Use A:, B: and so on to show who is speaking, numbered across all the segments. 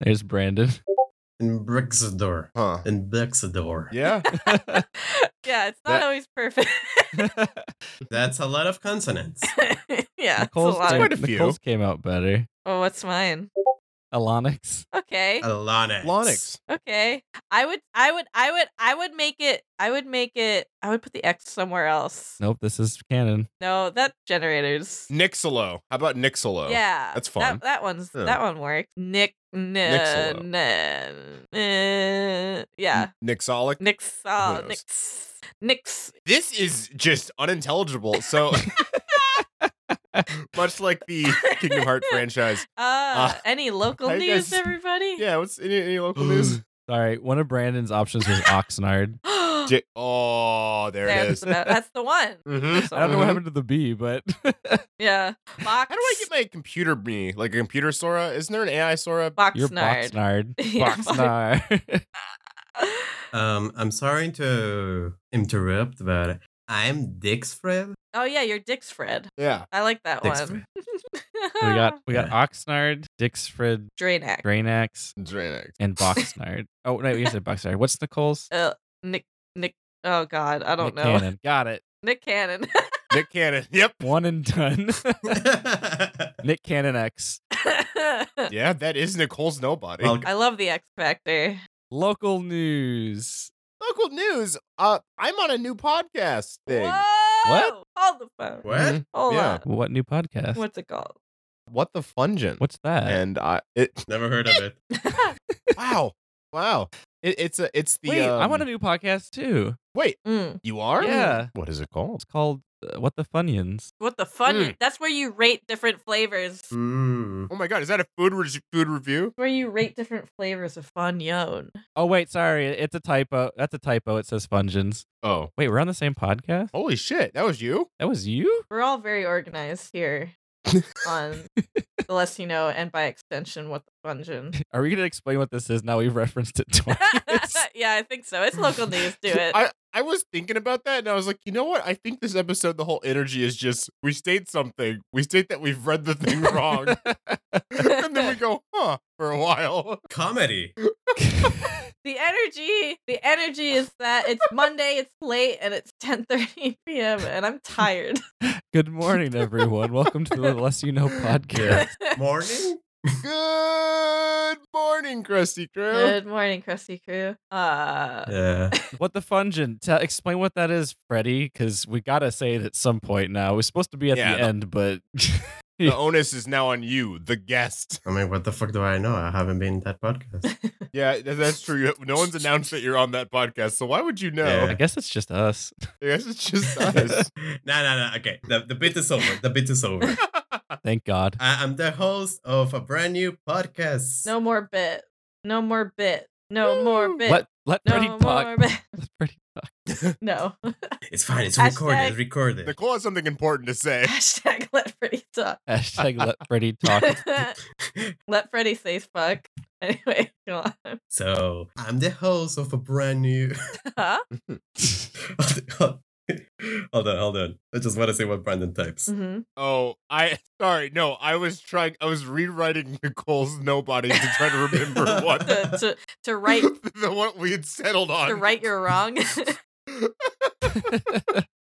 A: There's Brandon.
B: In Brexador.
C: huh?
B: In Brexador.
C: Yeah,
D: yeah, it's not
C: That-
D: always perfect.
B: That's a lot of consonants.
D: yeah, it's a
A: Nicole's,
D: lot.
C: quite
D: Of-
C: a few.
A: Nicole's came out better.
D: oh, what's mine?
A: Alonix.
D: Okay.
B: Alonic.
C: Lonix.
D: Okay. I would I would I would I would make it I would make it I would put the X somewhere else.
A: Nope. This is canon.
D: No, that generators.
C: Nixolo. How about Nixolo?
D: Yeah.
C: that's fun.
D: That, that one's
C: Yeah.
D: that one worked. Nick
C: Nixolo.
D: n- n- n- yeah.
C: Nixolic.
D: Nix uh,
C: Hmm. knows?
D: Nix Nix
C: This is just unintelligible. So, much like the Kingdom Heart franchise.
D: uh,
C: Uh,
D: any local
C: I
D: news
C: guess-
D: everybody?
C: Yeah, what's any, any local news?
A: Sorry. One of Brandon's options was Oxnard.
C: J- oh, there it
D: There's
C: is.
D: the- that's the one.
C: Mhm.
A: I don't know what
C: Mhm.
A: happened to the B, but
D: Yeah. Box,
C: How do I get my computer me? Like a computer Sora? Isn't there an AI Sora?
D: Boxnard.
A: you're Boxnard.
D: Yeah,
A: Boxnard.
D: Box-
B: Um, I'm sorry to interrupt, but I'm Dix Fred.
D: Oh yeah, your dick's Fred.
C: Yeah.
D: I like that
B: Dick's
D: one.
A: So we got we got Oxnard, Dixfred,
D: Drainac.
A: Grainax,
C: Drainax.
A: and Boxnard. oh no, you said Boxnard. What's Nicole's?
D: uh, Nick Nick. Oh God, I don't
A: Nick
D: know.
A: Cannon. Got it.
D: Nick Cannon.
C: Nick Cannon. Yep.
A: One and done. Nick Cannon X.
C: Yeah, that is Nicole's nobody.
B: Well,
D: I love the X Factor.
A: Local news.
C: Local news. Uh, I'm on a new podcast thing.
D: Whoa!
A: What?
D: Hold the phone.
B: what?
D: Hold
C: Yeah.
A: What new podcast?
D: on. What's it called?
C: What the fungent?
A: What's that?
C: and I it
B: Never heard of it.
C: wow wow it, it's a it's the
A: Wait, I'm on a
C: um,
A: new podcast too.
C: wait
D: Mm.
C: you are
A: Yeah.
C: what is it called
A: It's called uh, What the Funyuns.
D: What the fun?
C: Mm.
D: That's where you rate different flavors.
B: Hmm. Mm.
C: oh my god is that a food re- food review
D: Where you rate different flavors of funion.
A: Oh wait, sorry, it's a typo. That's a typo. It says Fungins.
C: oh
A: Wait, we're on the same podcast.
C: holy shit that was you
A: That was you.
D: We're all very organized here on the less you know, and by extension, what the fungin.
A: Are we gonna explain what this is now? We've referenced it twice.
D: yeah, I think so. It's local news. Do it.
C: I I was thinking about that and I was like you know what I think this episode the whole energy is just we state something we state that we've read the thing wrong and then we go huh for a while
B: Comedy.
D: the energy the energy is that it's monday it's late and it's 10:30 p.m and i'm tired
A: Good morning, everyone. Welcome to the Less You Know podcast.
B: Yeah. Morning?
C: good morning crusty crew
D: good morning crusty crew uh
B: Yeah.
A: What the Fungin? Tell, explain what that is, Freddy, because we gotta say it at some point now. We're supposed to be at
C: Yeah,
A: the
C: the-
A: end, but
C: the onus is now on you the guest
B: I mean, what the fuck do I know? I haven't been in that podcast.
C: Yeah, th- that's true. You- No one's announced that you're on that podcast, so why would you know?
A: I
B: Yeah.
A: guess it's just us.
C: I guess it's just
B: no,
C: us.
B: no, no. Okay. The, the bit is over. The bit is over.
A: Thank God.
B: I, I'm the host of a brand new podcast.
D: no more bit no more bit no more
C: Woo!
D: bit
A: Let let
D: no
A: Freddy
D: more
A: talk.
D: bit
A: Let Freddy talk.
D: no
B: It's fine. It's
D: Hashtag-
B: recorded. Recorded.
C: Nicole has something important to say.
D: hashtag let freddy talk
A: Hashtag let Freddy talk.
D: let freddy say fuck anyway go on
B: So I'm the host of a brand new.
D: huh?
B: hold on, hold on. I just want to say what Brandon types.
D: hmm
C: Oh, I sorry, no, I was trying. I was rewriting Nicole's nobody to try to remember what
D: to, to, to write
C: the what we had settled on.
D: to right your wrong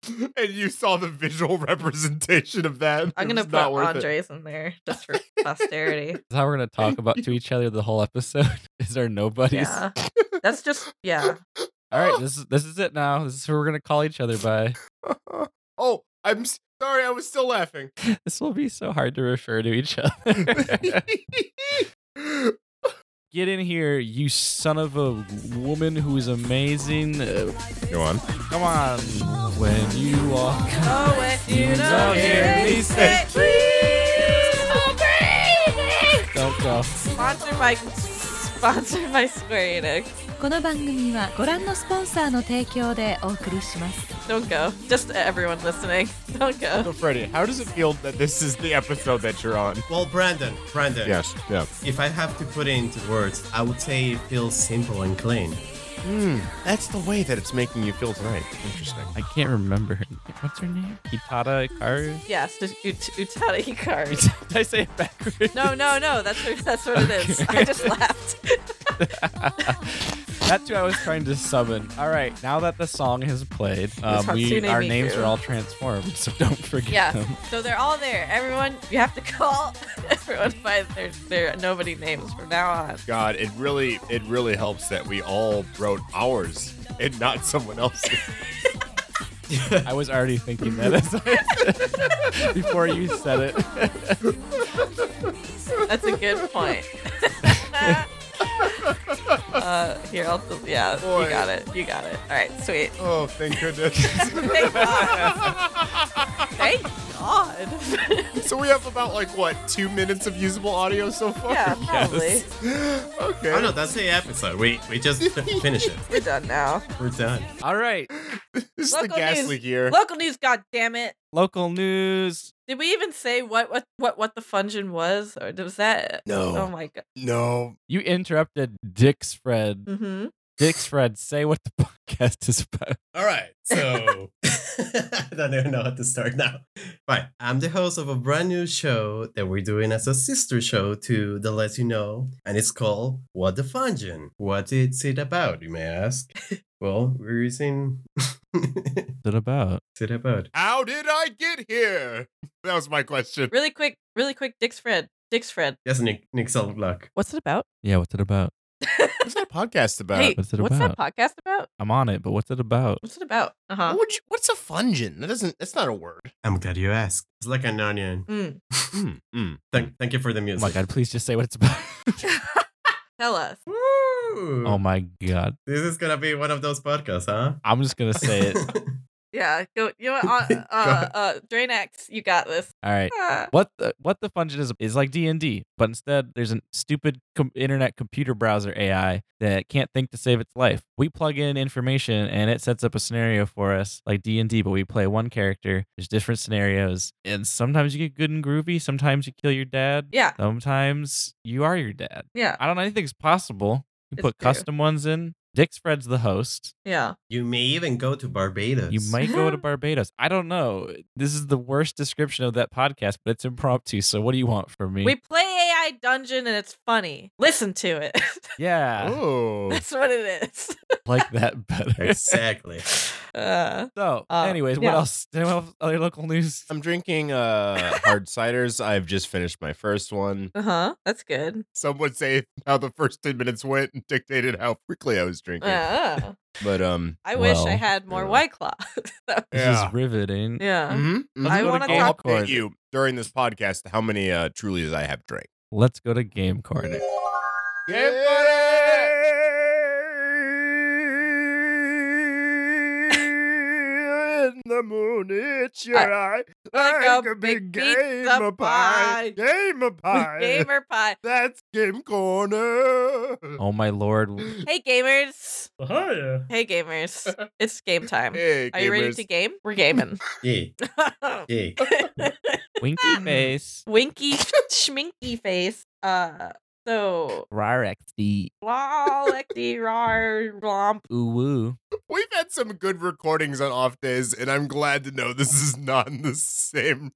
C: and you saw the visual representation of that.
D: i'm
C: It
D: gonna
C: was
D: put
C: not worth it.
D: andres in there just for posterity
A: That's how we're gonna talk about to each other the whole episode. Is our nobodies?
D: Yeah. That's just yeah.
A: All right, this is this is it now. This is who we're gonna call each other by.
C: oh, I'm s- sorry. I was still laughing.
A: This will be so hard to refer to each other. Get in here, you son of a woman who is amazing. Uh,
C: Go on.
A: come on, when you walk,
D: Oh wait, you
A: know hear me say,
D: please.
A: don't go.
D: Sponsored by sponsored by Square Enix.
E: この番組はご覧のスポンサーの提供でお送りします。
D: Don't go. Just to everyone listening. Don't go.
C: So, Freddie, how does it feel that this is the episode that you're on?
B: Well, Brandon, Brandon.
C: yeah.
B: If I have to put it into words, I would say it feels simple and clean.
C: That's the way that it's making you feel tonight. Interesting.
A: I can't remember her. name. What's her name? Itada Ikaru.
D: Yes, just Ut- Utada Hikaru.
A: Did I say it backwards?
D: No, no, no. That's what, that's what it is. I just laughed.
A: That's who I was trying to summon. All right, now that the song has played, um, we,
D: Hatsune
A: our
D: Miku.
A: names are all transformed, so don't forget
D: Yeah.
A: them.
D: So they're all there. Everyone, you have to call everyone by their their nobody names from now on.
C: God, it really, it really helps that we all wrote ours and not someone else's.
A: I was already thinking that as I- before you said it.
D: That's a good point. uh, here, I'll. Yeah,
C: Boy.
D: you got it. You got it. All right, sweet.
C: oh, thank goodness.
D: Thank God. Thank God.
C: so we have about like what two minutes of usable audio so far.
D: yeah, probably.
C: Okay.
B: Oh no, that's the episode. We we just fi- finish it.
D: We're done now.
B: We're done.
A: All right,
C: this is the
D: Local
C: gas
D: news.
C: leak here.
D: Local news. God damn it.
A: local news.
D: Did we even say what what what what the fungin was, or was that?
C: No.
D: Oh my God.
C: No.
A: You interrupted Dick's Fred.
D: Mm-hmm.
A: Dick's Fred, say what the podcast is about.
B: All right. So I don't even know how to start now. Right. I'm the host of a brand new show that we're doing as a sister show to the Let You Know, and it's called What the Fungin. What is it about, you may ask? well, we're using. What's
A: it about?
B: it about?
C: How did I get here? That was my question.
D: Really quick, really quick, Dick's Fred. Dick's Fred.
B: Yes, Nick, Nick Block.
D: What's it about?
A: Yeah, what's it about?
C: What's that podcast about?
D: hey,
A: what's it
D: what's that podcast about?
A: I'm on it, but what's it about?
D: What's it about? Uh
C: What
D: huh.
C: would you- what's a fungin? That doesn't. That's not a word.
B: I'm glad you asked. It's like an onion.
D: Mm.
C: Mm, mm.
B: Thank, thank you for the
A: Oh
B: music.
A: my god, please just say what it's about.
D: Mm. Tell us.
B: Woo!
A: oh my god.
B: This is gonna be one of those podcasts, huh?
A: I'm just gonna say it.
D: Yeah, go. You know, what, uh, uh, uh, Drainax, you got this.
A: All right.
D: Ah.
A: What the what the fungin is is like D and D, but instead there's a stupid com- internet computer browser AI that can't think to save its life. We plug in information and it sets up a scenario for us, like D and D, but we play one character. There's different scenarios, and sometimes you get good and groovy. Sometimes you kill your dad.
D: Yeah,
A: Sometimes you are your dad.
D: yeah,
A: I don't know. Anything's possible. You
D: It's
A: can put
D: true.
A: custom ones in. Dick's Fred's the host.
D: yeah.
B: You may even go to Barbados.
A: You might go to Barbados. I don't know. This is the worst description of that podcast, but it's impromptu. So what do you want from me?
D: We play AI Dungeon and it's funny. Listen to it.
A: yeah.
C: Oh,
D: That's what it is.
A: like that better.
B: Exactly.
D: Uh,
A: So,
D: Uh,
A: anyways,
D: yeah.
A: what else? Anyone else- Other local news?
C: I'm drinking uh hard ciders. I've just finished my first one.
D: huh. uh-huh. That's good.
C: Some would say how the first ten minutes went and dictated how quickly I was drinking.
D: Uh,
C: But um,
D: I wish I
A: Well,
D: had more
C: yeah.
D: White Claw.
A: This
C: yeah.
A: is riveting.
D: yeah.
C: Mm-hmm.
D: Mm, I
A: Let's go
D: wanna talk-
A: to Game
C: I'll
A: Corner.
C: update you during this podcast how many uh Trulies I have drank.
A: Let's go to Game Corner.
C: In the moon, it's your eye.
D: like a big pizza pie.
C: Game of eh.
D: Gamer pie.
C: That's Game Corner.
A: Oh my lord.
D: Hey gamers.
B: Oh yeah.
D: Hey gamers. It's game time.
C: Hey,
D: Are you ready to game? We're gaming.
B: Yeah. Yeah.
A: Winky face.
D: Winky schminky face. Uh so
A: Ryrexy.
D: Lollecty rar blomp.
A: Ooh woo.
C: We've had some good recordings on off days, and I'm glad to know this is not in the same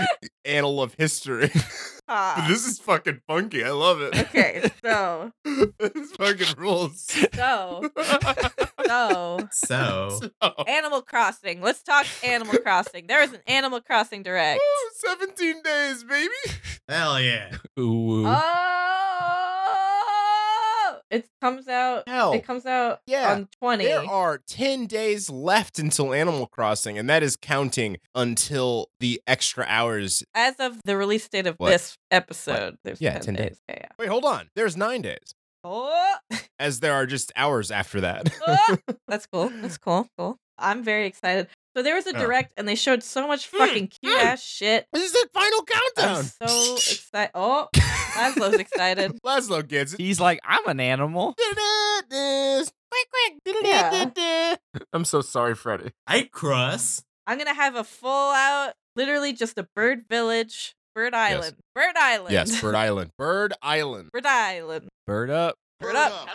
C: annal of history. But
D: Ah.
C: this is fucking funky. I love it.
D: Okay, so
C: this fucking rules.
D: so so
B: So
C: Oh.
D: Animal Crossing. Let's talk Animal Crossing. There is an Animal Crossing direct.
C: Ooh, 17 days, baby.
B: hell yeah.
A: Ooh woo.
D: Uh, Oh it comes out
C: Hell.
D: it comes out
C: Yeah.
D: on twenty.
C: There are 10 days left until Animal Crossing, and that is counting until the extra hours.
D: as of the release date of
C: What?
D: this episode, there's
C: Yeah,
D: 10,
C: 10
D: days.
C: days.
D: Yeah, yeah.
C: Wait, hold on. There's nine days,
D: Oh,
C: as there are just hours after that.
D: oh. that's cool. That's cool. Cool. I'm very excited. So there was a
C: Yeah.
D: direct, and they showed so much
C: Hmm,
D: fucking cute ass shit.
C: this is the final
D: I'm
C: countdown.
D: so excited. Oh, Laszlo's excited.
C: Laszlo gets it.
A: He's like, I'm an animal.
D: Yeah.
C: I'm so sorry, Freddy.
B: I cross.
D: I'm gonna have a full out, literally just a bird village, bird island, bird island.
C: Yes, Bird Island. Bird Island.
D: bird island,
A: Bird up.
D: bird up.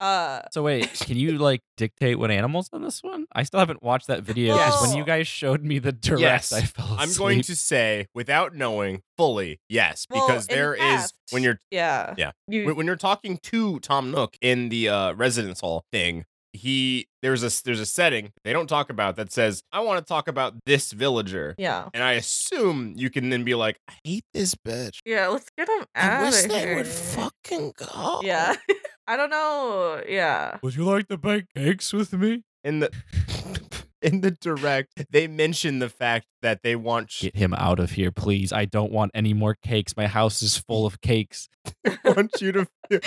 D: Uh,
A: So wait, can you like dictate what animals on this one? I still haven't watched that video 'cause when
D: Yes.
A: you guys showed me the direct,
C: Yes.
A: I fell asleep.
C: I'm going to say, without knowing fully, yes,
D: well,
C: because
D: in Mm.
C: there is
D: fact-
C: when you're
D: yeah
C: Yeah.
D: you
C: when, when you're talking to Tom Nook in the uh, residence hall thing, he there's a there's a setting they don't talk about that says I want to talk about this villager,
D: yeah
C: and I assume you can then be like, I hate this bitch.
D: yeah let's get him out of here.
C: fucking go.
D: Yeah. I don't know. Yeah.
A: Would you like to bake cakes with me?
C: In the in the direct, they mention the fact that they want sh-
A: Get him out of here, please. I don't want any more cakes. My house is full of cakes.
C: want you to feel,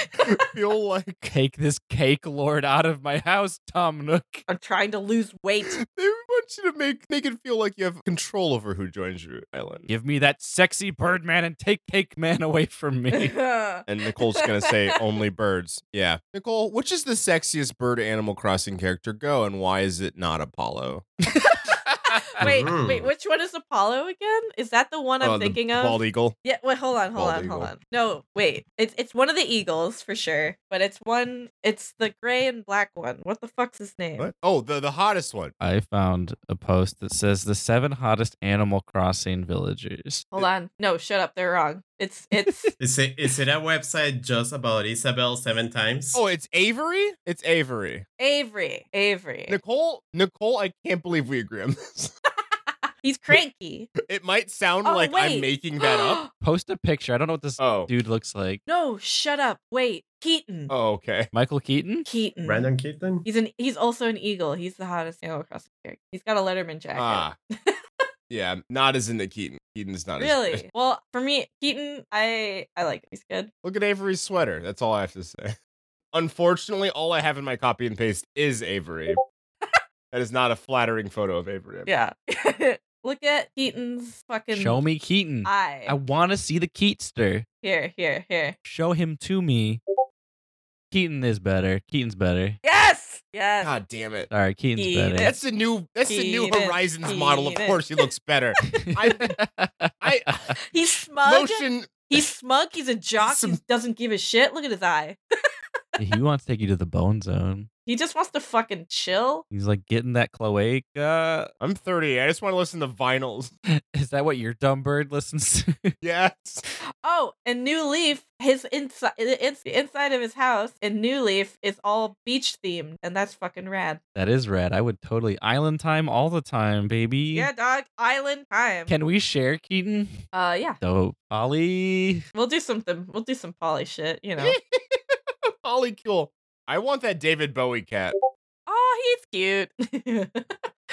C: feel like
A: Take this cake lord out of my house, Tom Nook.
D: I'm trying to lose weight.
C: they want you to make make it feel like you have control over who joins your island.
A: Give me that sexy bird man and take cake man away from me.
C: And Nicole's gonna say only birds. Yeah. Nicole, which is the sexiest bird Animal Crossing character go and why is it not Apollo?
D: wait,
B: Mhm.
D: wait, which one is Apollo again? Is that the one I'm
C: Uh, the
D: thinking of?
C: bald eagle.
D: Yeah, wait, hold on, hold
C: Bald
D: on, hold
C: eagle.
D: on. No, wait. It's it's one of the eagles for sure, but it's one it's the gray and black one. What the fuck's his name?
C: What? Oh, the the hottest one.
A: I found a post that says the seven hottest Animal Crossing villagers.
D: Hold on. No, shut up. They're wrong. It's it's
B: Is it is it a website just about Isabel seven times?
C: Oh, it's Avery. It's Avery.
D: Avery. Avery.
C: Nicole. Nicole. I can't believe we agree on this.
D: He's cranky.
C: It might sound
D: Oh,
C: like I'm
D: wait.
C: making that up.
A: Post a picture. I don't know what this
C: Oh.
A: dude looks like.
D: no, shut up. Wait. Keaton.
C: Oh, okay.
A: Michael Keaton?
D: Keaton.
B: Brandon Keaton?
D: He's an he's also an eagle. He's the hottest Animal Crossing character. He's got a Letterman jacket.
C: Ah. yeah. Not as in the Keaton. Keaton's not as good.
D: really? Well, for me, Keaton, I I like him. He's good.
C: Look at Avery's sweater. That's all I have to say. Unfortunately, all I have in my copy and paste is Avery. that is not a flattering photo of Avery.
D: Yeah. Look at Keaton's fucking
A: Show me Keaton. I,
D: eye.
A: want to see the Keatster.
D: Here, here, here.
A: Show him to me. Keaton is better. Keaton's better.
D: Yes! Yes.
C: God damn it.
A: All right, Keaton's
D: Keaton.
A: better.
C: That's the new that's the new
D: Keaton,
C: Horizons model. Of
D: Keaton.
C: course he looks better. I
D: He's smug.
C: motion
D: He's smug. He's a jock. He
C: Some-
D: doesn't give a shit. Look at his eye.
A: he wants to take you to the bone zone.
D: He just wants to fucking chill.
A: He's like getting that cloaca.
C: I'm 30. I just want to listen to vinyls.
A: Is that what your dumb bird listens to?
C: Yes.
D: Oh, and New Leaf, his inside, the ins- the inside of his house in New Leaf is all beach themed, and that's fucking rad.
A: that is rad. I would totally island time all the time, baby.
D: Yeah, dog. Island time.
A: Can we share Keaton?
D: uh, yeah.
A: Dope. Ollie.
D: We'll do something. We'll do some poly shit. You know.
C: Polycule. I want that David Bowie cat.
D: oh, he's cute.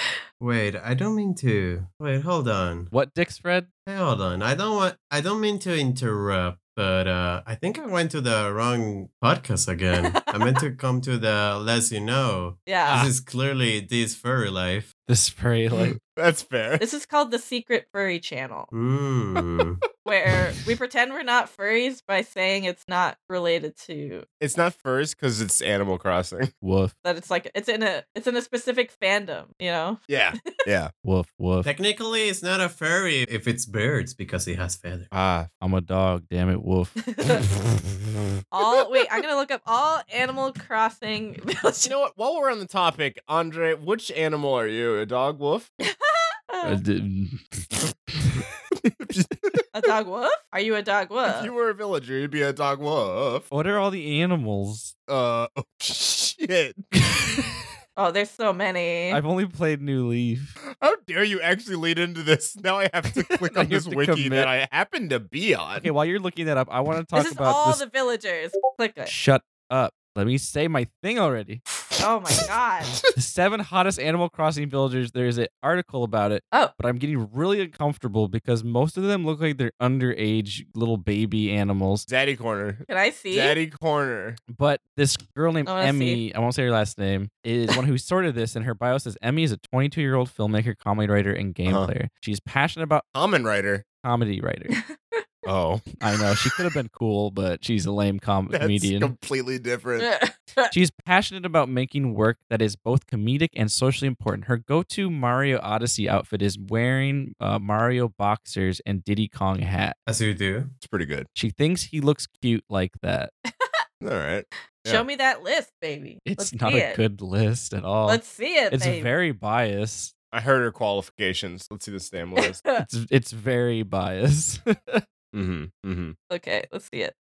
B: Wait, I don't mean to. Wait, hold on.
A: What dicks, Fred?
B: Hey, hold on. I don't want. I don't mean to interrupt, but uh, I think I went to the wrong podcast again. I meant to come to the less you know.
D: yeah.
B: This is clearly this furry life.
A: This furry like
C: That's fair.
D: This is called the Secret Furry Channel,
B: Mm.
D: where we pretend we're not furries by saying it's not related to
C: It's not first because it's Animal Crossing.
A: woof
D: that. It's like it's in a it's in a specific fandom, you know.
C: Yeah. Yeah.
A: woof woof.
B: Technically, it's not a furry if it's birds because it has feathers.
C: Ah.
A: I'm a dog, damn it, woof.
D: all wait, I'm gonna look up all Animal Crossing.
C: you know what? While we're on the topic, Andre, which animal are you? A dog wolf?
A: I did-
D: a dog wolf? Are you a dog
C: If you
D: wolf?
C: were a villager, you'd be a dog wolf.
A: what are all the animals?
C: Uh, oh, shit.
D: Oh, there's so many.
A: I've only played New Leaf.
C: How dare you actually lead into this? Now I have to click
A: Now
C: on
A: you have
C: this
A: to
C: wiki
A: commit.
C: that I happen to be on.
A: Okay, while you're looking that up, I want to talk
D: this is
A: about
D: all
A: this.
D: the villagers. Click it.
A: Shut up. Let me say my thing already.
D: Oh my god.
A: the seven hottest Animal Crossing villagers. There is an article about it.
D: Oh.
A: But I'm getting really uncomfortable because most of them look like they're underage little baby animals.
C: Daddy Corner.
D: Can I see?
C: Daddy Corner.
A: But this girl named
D: I wanna
A: Emmy,
D: see.
A: I won't say her last name, is one who sorted this, and her bio says Emmy is a 22 year old filmmaker, comedy writer, and game
C: Uh-huh.
A: player. She's passionate about
C: Common Writer.
A: comedy writer.
C: Oh.
A: I know she could have been cool, but she's a lame com-
C: That's
A: comedian.
C: completely different.
A: She's passionate about making work that is both comedic and socially important. Her go-to Mario Odyssey outfit is wearing uh, Mario boxers and Diddy Kong hat.
B: As you do.
C: It's pretty good.
A: She thinks he looks cute like that.
C: All right. Yeah.
D: Show me that list, baby.
A: It's
D: Let's
A: not
D: see
A: a
D: it.
A: good list at all.
D: Let's see it.
A: it's
D: baby.
A: very biased.
C: I heard her qualifications. Let's see this damn list.
D: Uh.
A: It's it's very biased.
C: mm-hmm. Mm-hmm.
D: Okay, let's see it.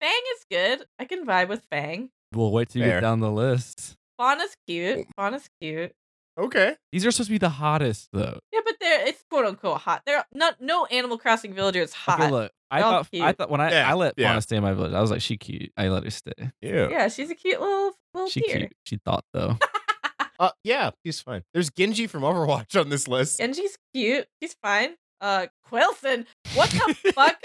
D: Fang is good. I can vibe with Fang.
A: we'll wait till you
C: Fair.
A: get down the list.
D: Fauna's
A: Oh.
D: cute. Fauna's cute.
C: Okay.
A: These are supposed to be the hottest though.
D: Yeah, but they're it's quote unquote hot. They're not no Animal Crossing villager is hot.
A: Okay, look, I
D: Y'all
A: thought I
D: cute.
A: thought when I
C: Yeah,
A: I let
C: yeah.
A: Fauna stay in my village, I was like, she cute. I let her stay.
C: Yeah.
D: Yeah, she's a cute little little
A: She
D: deer.
A: cute. She thought though.
C: Uh, yeah, he's fine. There's Genji from Overwatch on this list.
D: And she's cute. She's fine. Uh Quilson. What the fuck?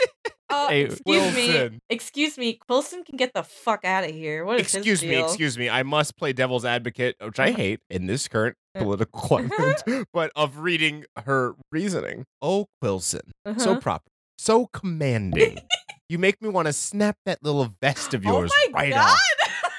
D: Uh,
A: Hey,
D: excuse me.
C: Quilson.
D: Excuse me. Quilson can get the fuck out of here. What is his
C: excuse me,
D: deal? Uh-huh.
C: excuse me. I must play devil's advocate, which I hate in this current
D: Yeah.
C: political climate, but of reading her reasoning. Oh, Quilson, so
D: Uh-huh.
C: proper, so commanding. you make me want to snap that little vest of
D: Oh
C: yours
D: my
C: right
D: god!
C: off.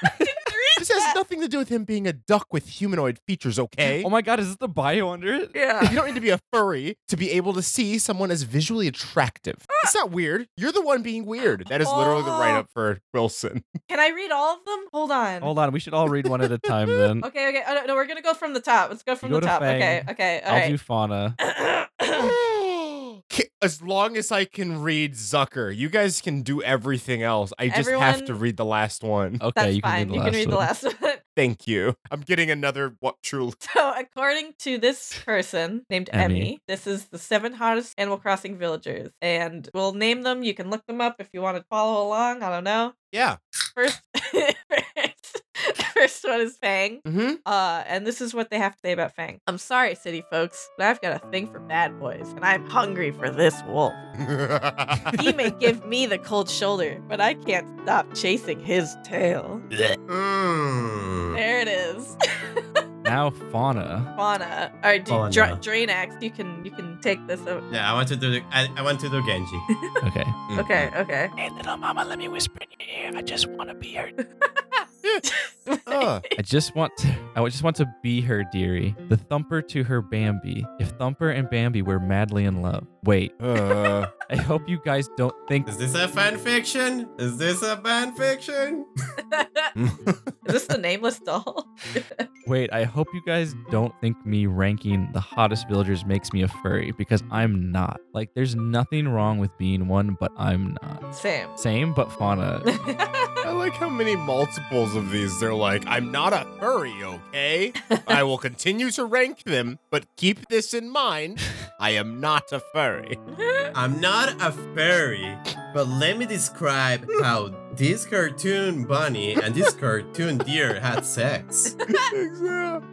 D: I didn't read
C: This has
D: that.
C: nothing to do with him being a duck with humanoid features, okay?
A: Oh my god, is this the bio under it?
D: Yeah.
C: you don't need to be a furry to be able to see someone as visually attractive.
D: Uh.
C: It's not weird. You're the one being weird. That is literally
D: Oh.
C: the write up for Wilson.
D: Can I read all of them? Hold on.
A: Hold on, we should all read one at a time then.
D: Okay, okay. Oh, no, no, we're gonna go from the top. Let's go from
A: You
D: the
A: go to
D: top. Okay,
A: Fang.
D: okay. All
A: I'll do fauna.
D: right.
C: Ki- as long as I can read Zucker, you guys can do everything else. I just have
D: Everyone- Oh.
C: to read the last one.
A: Okay,
D: That's
A: you can
D: fine.
A: read the
D: you
A: last
D: can read
A: one.
D: the last one.
C: Thank you. I'm getting another what truly.
D: So, according to this person named
A: Emmy.
D: Emmy. this is the seven hottest Animal Crossing villagers, and we'll name them. You can look them up if you want to follow along. I don't know.
C: Yeah.
D: First, first, first one is Fang.
C: Mm-hmm.
D: Uh, and this is what they have to say about Fang. I'm sorry, city folks, but I've got a thing for bad boys, and I'm hungry for this wolf. He may give me the cold shoulder, but I can't stop chasing his tail.
B: Mm.
D: There it is.
A: Now fauna.
D: Fauna. Or
B: Fauna.
D: dra- Drainax, you can you can take this over.
B: Yeah, I want to do the I, I want to do Genji.
A: Okay.
D: Okay, okay.
A: Hey little mama, let me whisper in your ear. I just wanna be her.
D: Oh.
C: Uh,
A: I just want to I just want to be her, dearie. The thumper to her Bambi. If Thumper and Bambi were madly in love. Wait.
C: uh,
A: I hope you guys don't think
B: Is this a fan fiction? Is this a fan fiction?
D: is this the nameless doll?
A: Wait, I hope you guys don't think me ranking the hottest villagers makes me a furry because I'm not. Like, there's nothing wrong with being one, but I'm not.
D: Sam.
A: Same, but fauna.
D: Uh-huh.
C: I like how many multiples of these they're like, I'm not a furry, okay? I will continue to rank them, but keep this in mind. I am not a furry.
B: I'm not a fairy, but let me describe how this cartoon bunny and this cartoon deer had sex.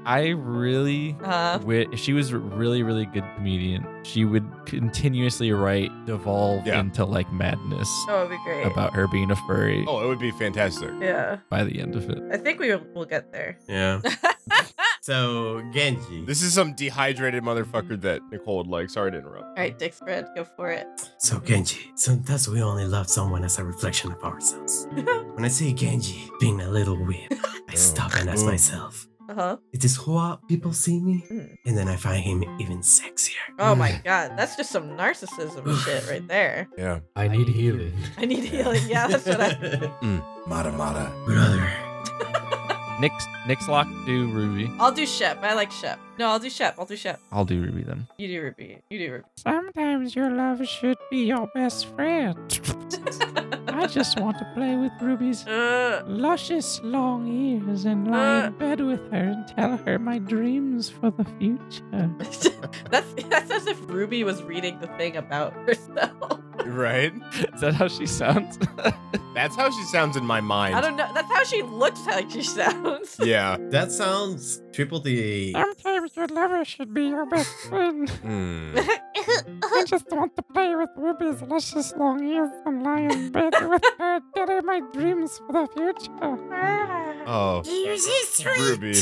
A: I really.
D: uh,
A: wi- If she was a really, really good comedian, she would continuously write devolve
C: Yeah.
A: into like madness
D: that would be great.
A: about her being a furry
C: oh, it would be fantastic.
D: yeah.
A: by the end of it.
D: I think we will, we'll get there.
B: Yeah. So Genji.
C: This is some dehydrated motherfucker that Nicole would like. Sorry to interrupt.
D: All right, Dick Spread, go for it.
B: So Genji, sometimes we only love someone as a reflection of ourselves. when I say Genji being a little weird, I stop and ask
C: Oh.
B: myself,
D: Uh huh.
B: is this how people see me?
D: Mm.
B: And then I find him even sexier.
D: Oh my god, that's just some narcissism shit right there.
C: Yeah.
F: I need healing.
D: I need healing. Yeah, that's what I.
C: Mata mata.
B: Brother.
A: Next, next lock, do Ruby.
D: I'll do Shep. I like Shep. No, I'll do Shep. I'll do Shep.
A: I'll do Ruby then.
D: You do Ruby. You do Ruby.
G: Sometimes your love should be your best friend. I just want to play with Ruby's
D: Uh,
G: luscious long ears and lie in
C: Uh.
G: bed with her and tell her my dreams for the future.
D: that's that's as if Ruby was reading the thing about herself.
C: Right?
A: Is that how she sounds?
C: That's how she sounds in my mind.
D: I don't know. That's how she looks. Like she sounds.
C: Yeah.
B: That sounds triple D.
G: Sometimes your lover should be your best friend.
C: Hmm.
G: I just want to play with Ruby's luscious long ears and lie in bed with her and tell her my dreams for the future.
C: Oh. Ruby.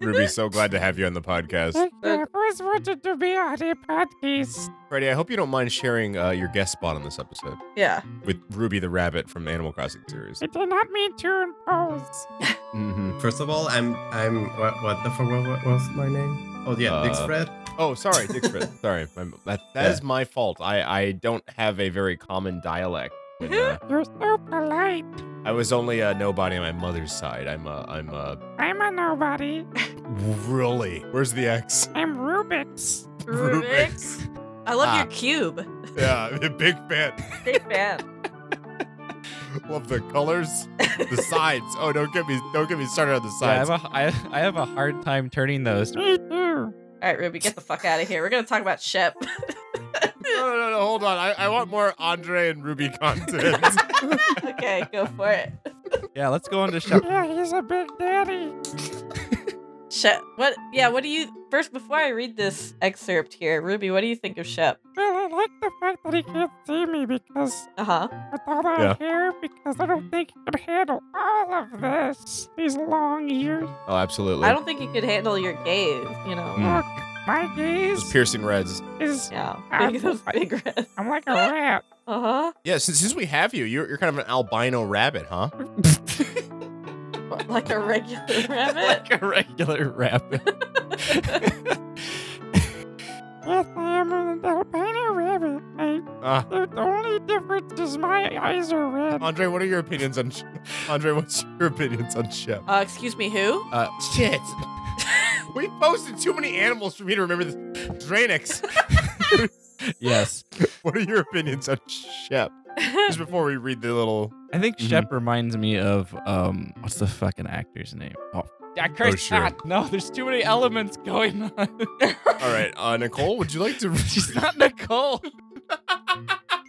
C: Ruby, so glad to have you on the podcast.
G: Thank you. I've always wanted to be on a podcast.
C: Freddie, I hope you don't mind sharing uh, your guest spot on this episode
D: yeah.
C: with Ruby the Rabbit from the Animal Crossing series.
G: I did not mean to impose.
C: Mm-hmm.
B: First of all, I'm I'm what, what the fuck what, what was my name? Oh yeah, Dick
C: Uh,
B: Spread.
C: Oh, sorry, Dick Spread. sorry. My, that, that is my fault. I, I don't have a very common dialect. When, uh,
G: You're so polite.
C: I was only a nobody on my mother's side. I'm a, I'm a,
G: I'm a nobody.
C: really? Where's the X?
G: I'm Rubik's.
D: Rubik's. I love
C: Ah.
D: your cube.
C: Yeah, I'm a big fan.
D: Big fan.
C: Love the colors, the sides. Oh, don't get me, don't get me started on the
A: Yeah, I, have
C: sides.
A: a, I, I have a hard time turning those.
G: Me too.
D: All right, Ruby, get the fuck out of here. We're gonna talk about Shep.
C: no, no, no, no, hold on. I, I want more Andre and Ruby content.
D: okay, go for it.
A: Yeah, let's go on to shop.
G: Yeah, he's a big daddy.
D: Shep. What? Yeah. What do you first? Before I read this excerpt here, Ruby, what do you think of Shep?
G: Well, I like the fact that he can't see me because
D: Uh huh.
G: with all that
C: Yeah.
G: hair, because I don't think he can handle all of this. These long ears.
C: oh, absolutely.
D: I don't think you could handle your gaze. You know.
C: Mm.
G: Look, my
C: Those
G: gaze
C: piercing reds.
G: is.
D: Yeah.
G: Um,
D: Big, those
G: I-
D: big red.
G: I'm like a rat.
D: Uh huh.
C: Yeah, since, since we have you, you're, you're kind of an albino rabbit, huh?
D: like a regular rabbit.
A: like a regular rabbit.
G: Yes, I am an albino rabbit. I,
C: Ah.
G: the only difference is my eyes are red.
C: Andre, what are your opinions on? Andre, what's your opinions on Shep?
D: Uh, excuse me, who?
A: uh, shit.
C: We posted too many animals for me to remember this. Drainix,
A: Yes.
C: what are your opinions on Shep? Just before we read the little.
A: I think
C: Mhm.
A: Shep reminds me of um what's the fucking actor's name? Oh, yeah, Chris
C: sure.
A: Pratt. No, there's too many elements going on.
C: All right, uh, Nicole, would you like to?
A: She's not Nicole. God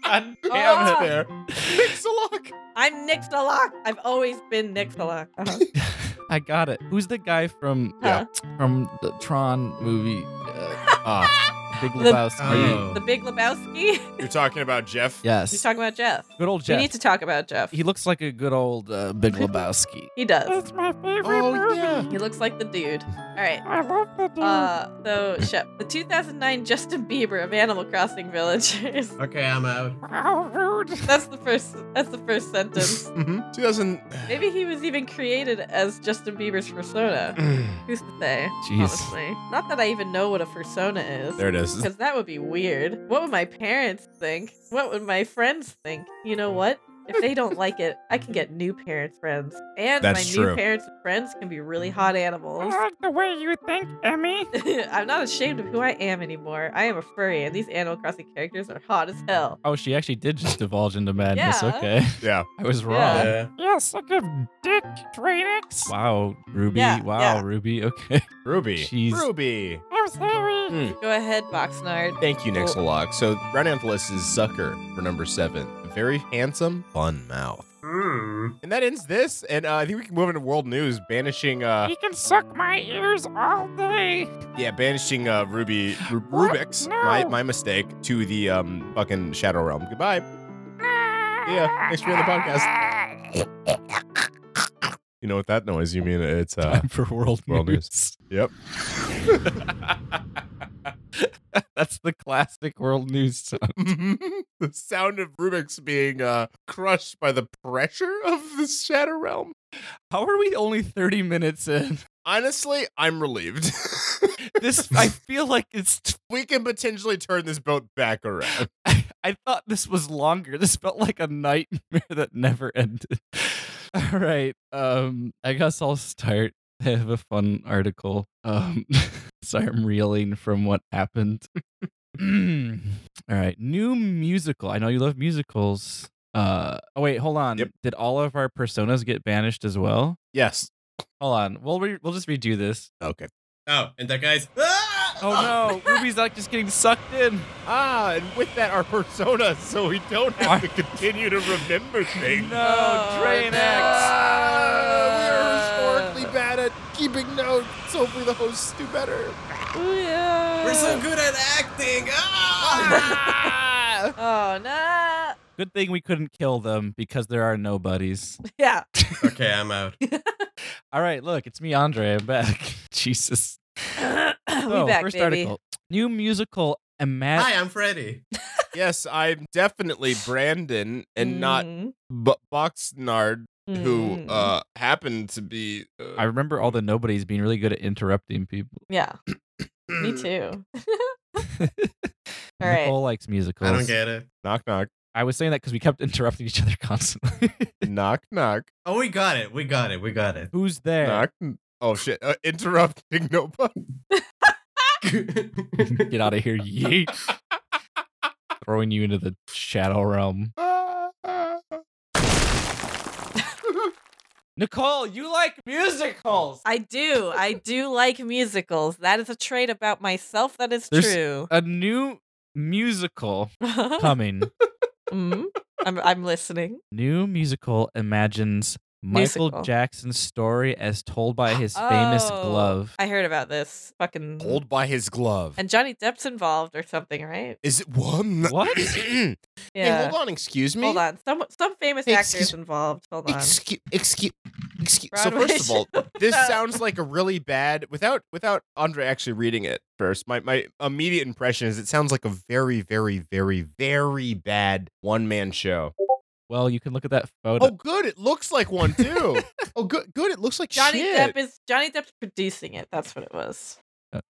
D: Ah.
A: damn it.
C: there. Thanks a lot.
D: I'm Nick Stalock. I've always been Nick Stalock. Uh-huh.
A: I got it. Who's the guy from
D: Huh.
A: from the Tron movie? Uh, ah, Big
D: The-
A: Lebowski.
B: Oh.
D: The Big Lebowski.
C: You're talking about Jeff.
A: Yes.
D: He's talking about Jeff.
A: good old
D: We
A: Jeff.
D: need to talk about Jeff.
A: he looks like a good old uh, Big Lebowski.
D: He does.
G: It's my favorite
C: Oh,
G: movie.
C: yeah.
D: He looks like the dude. All right.
G: I love the dude.
D: Uh, so Shep, the 2009 Justin Bieber of Animal Crossing villagers.
B: Okay, I'm out.
G: How rude.
D: That's the first. That's the first sentence.
C: Mhm. 2000.
D: Maybe he was even created as Justin Bieber's persona. Who's to say?
A: Jeez.
D: Honestly, not that I even know what a persona is.
C: there it is.
D: Because that would be weird. What would my parents think? What would my friends think? You know what? If they don't like it, I can get new parents' friends. And
C: That's
D: my
C: true.
D: new parents' and friends can be really hot animals.
G: I like the way you think, Emmy.
D: I'm not ashamed of who I am anymore. I am a furry, and these Animal Crossing characters are hot as hell.
A: Oh, she actually did just divulge into madness.
D: Yeah.
A: Okay.
C: Yeah.
A: I was wrong.
D: Yeah.
B: Yeah.
G: Yes, I give dick Drainix.
A: Wow, Ruby.
D: Yeah,
A: wow,
D: yeah.
A: Ruby. Okay.
C: Ruby.
A: Jeez.
C: Ruby.
G: I'm sorry.
D: Go ahead, Boxnard.
C: Thank you, Nixalock. So, right down the list is Zucker for number seven. A very handsome, fun mouth.
B: Mm.
C: And that ends this. And uh, I think we can move into world news, banishing, uh,
G: He can suck my ears all day.
C: yeah, banishing uh, Ruby, Ru-
G: What?
C: Rubix,
G: No.
C: my, my mistake, to the um, fucking Shadow Realm. Goodbye.
G: Yeah,
C: thanks for the podcast. You know what that noise you mean? It's, uh,
A: Time for world,
C: World
A: news.
C: Yep.
A: That's the classic world news song.
C: the sound of Rubix being uh, crushed by the pressure of the Shadow Realm.
A: How are we only 30 minutes in?
C: Honestly, I'm relieved.
A: This I feel like it's
C: we can potentially turn this boat back around.
A: I thought this was longer. This felt like a nightmare that never ended. All right. Um, I guess I'll start. I have a fun article. Um, sorry, I'm reeling from what happened. All right. New musical. I know you love musicals. Uh, oh, wait, hold on.
C: Yep.
A: Did all of our personas get banished as well?
C: Yes.
A: Hold on. We'll, re- we'll just redo this.
C: Okay.
B: Oh, and that guy's. Ah!
A: Oh, no. Ruby's like just getting sucked in.
C: Ah, and with that, our persona, so we don't have to continue to remember things.
A: No, Drain X.
C: Ah, we are historically bad at keeping notes. Hopefully, the hosts do better.
B: We're so good at acting. Ah!
C: Ah!
D: Oh no!
A: Good thing we couldn't kill them because there are nobodies.
D: Yeah.
B: okay, I'm out.
A: All right, look, it's me, Andre. I'm back. Jesus.
D: we
C: Oh,
A: So,
D: back,
A: first
D: baby.
A: article. New musical
B: Hi,
A: Imagine
B: I'm Freddy.
C: yes, I'm definitely Brandon and
A: Hmm.
C: not
D: Mm,
C: B- Boxnard, who
D: mm.
C: uh, happened to be. Uh,
A: I remember all the nobodies being really good at interrupting people.
D: Mm-hmm. Yeah. Me too. All right.
A: Nicole likes musicals.
B: I don't get it.
C: Knock, knock.
A: I was saying that because we kept interrupting each other constantly.
C: knock, knock.
B: Oh, we got it. We got it. We got it.
A: Who's there?
C: Knock. Oh, shit. Uh, interrupting nobody.
A: Get out of here, yeet. Throwing you into the shadow realm. Hmm. Nicole, you like musicals.
D: I do. I do like musicals. That is a trait about myself that is
A: There's-
D: true.
A: A new musical coming.
D: Mm, I'm, I'm listening.
A: new musical imagines Michael
D: Musical.
A: Jackson's story as told by his famous
D: Oh,
A: glove.
D: I heard about this. Fucking.
C: Hold by his glove.
D: And Johnny Depp's involved or something, right?
C: Is it one?
A: What?
C: hey,
D: Yeah.
C: hold on. Excuse me.
D: Hold on. Some some famous
C: Hey,
D: actors
C: excuse-
D: involved. Hold on.
C: Excuse, excuse, excuse. So
D: Broadway
C: first of all,
D: show.
C: this sounds like a really bad. Without without Andre actually reading it first, my my immediate impression is it sounds like a very very very very bad one man show.
A: Well, you can look at that photo.
C: Oh, good. It looks like one too. oh, good. Good. It looks like
D: Johnny
C: shit.
D: Depp is Johnny Depp's producing it. That's what it was.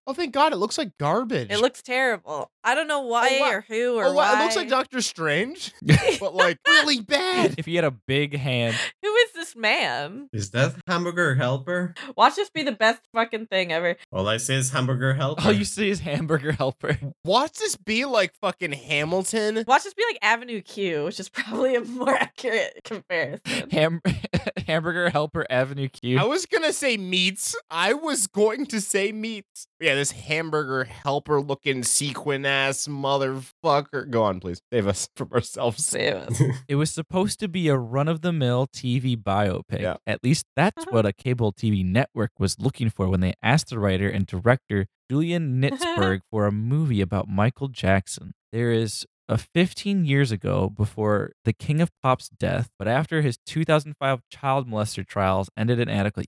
C: oh, thank God. It looks like garbage.
D: It looks terrible. I don't know why
C: Oh, wow.
D: or who or
C: Oh, wow,
D: why.
C: It looks like Doctor Strange, but like really bad.
A: if you had a big hand,
D: who is this man?
B: Is that hamburger helper?
D: Watch this be the best fucking thing ever.
B: All I say is hamburger helper.
C: Oh,
A: all you see is hamburger helper.
C: Watch this be like fucking Hamilton.
D: Watch this be like Avenue Q, which is probably a more accurate comparison.
A: Ham- hamburger helper Avenue Q.
C: I was gonna say meats. I was going to say meats. Yeah, this hamburger helper looking sequin ass motherfucker. Go on, please. Save us from ourselves.
D: Save us.
A: It was supposed to be a run of the mill TV biopic.
C: Yeah.
A: At least that's what a cable TV network was looking for when they asked the writer and director Julian Nitzberg for a movie about Michael Jackson. There is a 15 years ago before the King of Pop's death, but after his 2005 child molester trials ended inadequately.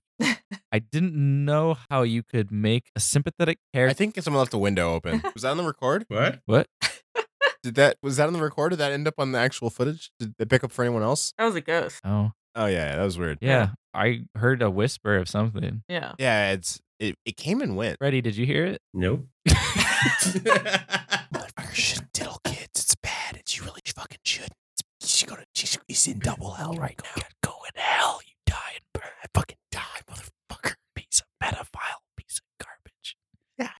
A: I didn't know how you could make a sympathetic
C: I
A: character.
C: think someone left a window open. Was that on the record?
B: what?
A: what?
C: Did that was that on the record? Did that end up on the actual footage? Did they pick up for anyone else?
D: That was a ghost.
A: Oh,
C: Oh yeah, that was weird.
A: yeah. I heard a whisper of something.
D: Yeah.
C: Yeah, it's it, it came and went.
A: Freddie, did you hear it?
B: Nope.
C: Motherfucker shouldn't diddle kids. It's bad. It's you really fucking shouldn't. She's gonna she's he's in double hell right now. Go in hell, you die and burn. I fucking die, motherfucker. Piece of pedophile, piece of garbage. Yeah.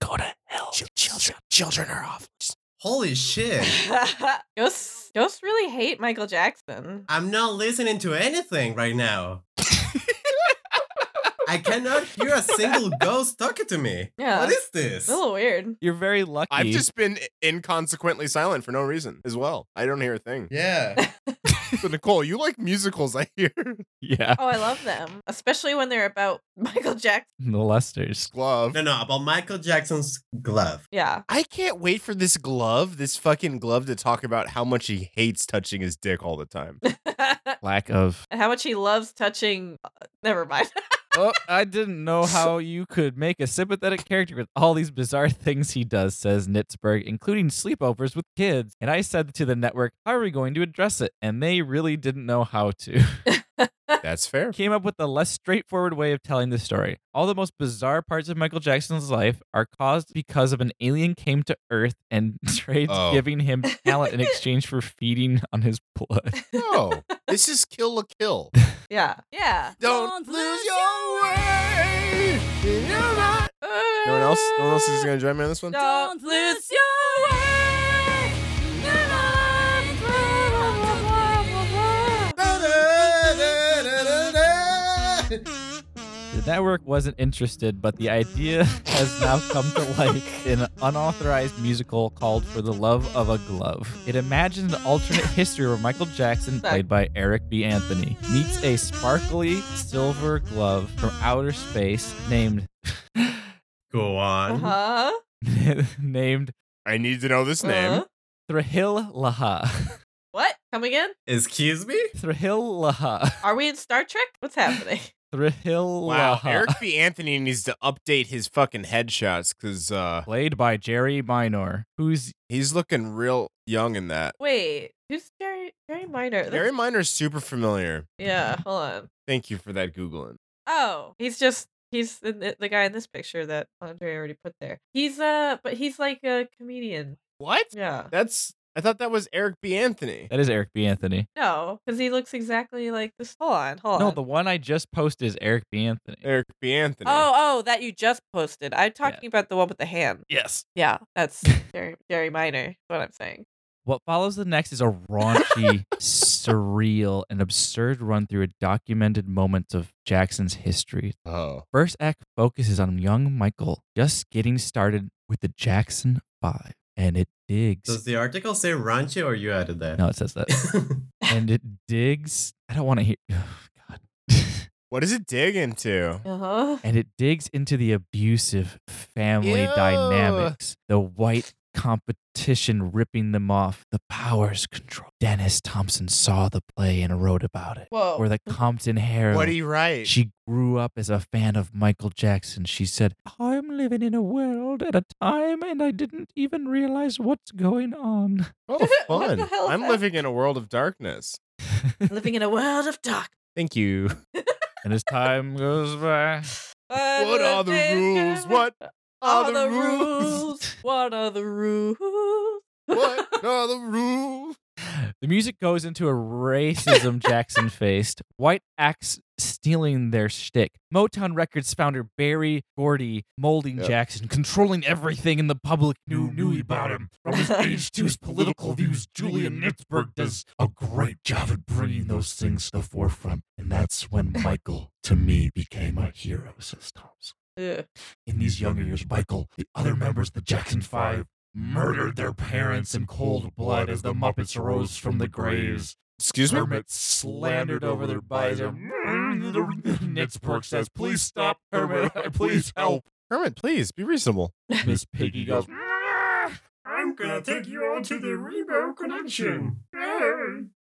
C: Go to hell. Children, children are off.
B: Holy shit.
D: ghosts ghosts really hate Michael Jackson.
B: I'm not listening to anything right now. I cannot hear a single ghost talking to me.
D: Yeah.
B: What is
D: It's
B: this?
D: a little weird.
A: You're very lucky.
C: I've just been inconsequently silent for no reason as well. I don't hear a thing.
B: Yeah.
C: So Nicole, you like musicals, I hear.
A: yeah.
D: Oh, I love them. Especially when they're about Michael Jackson.
A: molesters.
C: Glove.
B: No, no, about Michael Jackson's glove.
D: Yeah.
C: I can't wait for this glove, this fucking glove, to talk about how much he hates touching his dick all the time.
D: And
A: Lack of.
D: How much he loves touching. uh, Never mind.
A: Oh, I didn't know how you could make a sympathetic character with all these bizarre things he does, says Nitzberg, including sleepovers with kids. And I said to the network, How are we going to address it? And they really didn't know how to.
C: That's fair.
A: Came up with a less straightforward way of telling the story. All the most bizarre parts of Michael Jackson's life are caused because of an alien came to Earth and trades
C: Oh.
A: giving him talent in exchange for feeding on his blood.
C: No, this is kill a kill.
D: Yeah. Yeah.
C: Don't lose your way. No one else? No one else is gonna join me on this one.
D: Don't lose your way.
A: The network wasn't interested, but the idea has now come to life in an unauthorized musical called For the Love of a Glove. It imagines an alternate history where Michael Jackson, played by Eric B. Anthony, meets a sparkly silver glove from outer space named
B: Go on.
D: Uh huh.
A: named
C: I need to know this name.
A: Thrahil Laha.
D: Uh-huh. What? Come again?
B: Excuse me?
A: Thrahil Laha.
D: Are we in Star Trek? What's happening?
A: Thrahil
C: Wow,
A: Laha.
C: Eric B. Anthony needs to update his fucking headshots because uh,
A: Played by Jerry Minor, who's
C: he's looking real young in that.
D: Wait. Who's Jerry? Jerry Minor. That's-
C: Barry Miner's super familiar.
D: Yeah. Hold on.
C: Thank you for that googling.
D: Oh, he's just he's the- the, the guy in this picture that Andre already put there. He's uh, but he's like a comedian.
C: What?
D: Yeah.
C: That's I thought that was Eric B. Anthony.
A: that is Eric B. Anthony.
D: No, because he looks exactly like this. Hold on. Hold
A: No,
D: on.
A: the one I just posted is Eric B. Anthony.
C: Eric B. Anthony.
D: Oh, oh, that you just posted. I'm talking about the one with the hand.
A: Yes.
D: Yeah, that's Jerry, Jerry Minor. is What I'm saying.
A: What follows the next is a raunchy, surreal, and absurd run through of documented moments of Jackson's history.
C: Oh.
A: First act focuses on young Michael just getting started with the Jackson Five, and it
B: Does
A: digs.
B: the article say raunchy or you added that?
A: No, it says that, and it digs. I don't want to hear. God.
C: What does it dig into?
D: Uh huh.
A: and it digs into the abusive family
C: Ew.
A: dynamics, the white competition ripping them off, the powers control. Dennis Thompson saw the play and wrote about it.
D: Whoa.
A: Or the Compton Herald.
C: What do you write?
A: she grew up as a fan of Michael Jackson. She said, I'm living in a world at a time and I didn't even realize what's going on.
C: oh,
D: What
C: fun.
D: the hell is
C: I'm
D: that?
C: living in a world of darkness.
D: living in a world of dark.
C: Thank you.
A: and as time goes by,
C: What are the rules? What
D: are Uh, the rules? What are the rules?
C: what are the rules?
A: the music goes into a racism Jackson faced, white acts stealing their shtick. Motown Records founder Barry Gordy molding
C: Yep.
A: Jackson, controlling everything in the public knew knew about him. From his age to his political views, Julian Nitzberg does a great job at bringing those things to the forefront. And that's when Michael, to me, became a hero, says Thompson.
D: Ugh.
A: In these younger years, Michael, the other members of the Jackson Five, murdered their parents in cold blood as the Muppets arose from the graves.
C: Excuse me?
A: Hermit slandered over their bodies. Nitzburg says, Please stop, Hermit. Please help.
C: Herman, please be reasonable.
A: Miss Piggy goes,
G: Ah.
B: I'm gonna take you all to the Rebo Connection.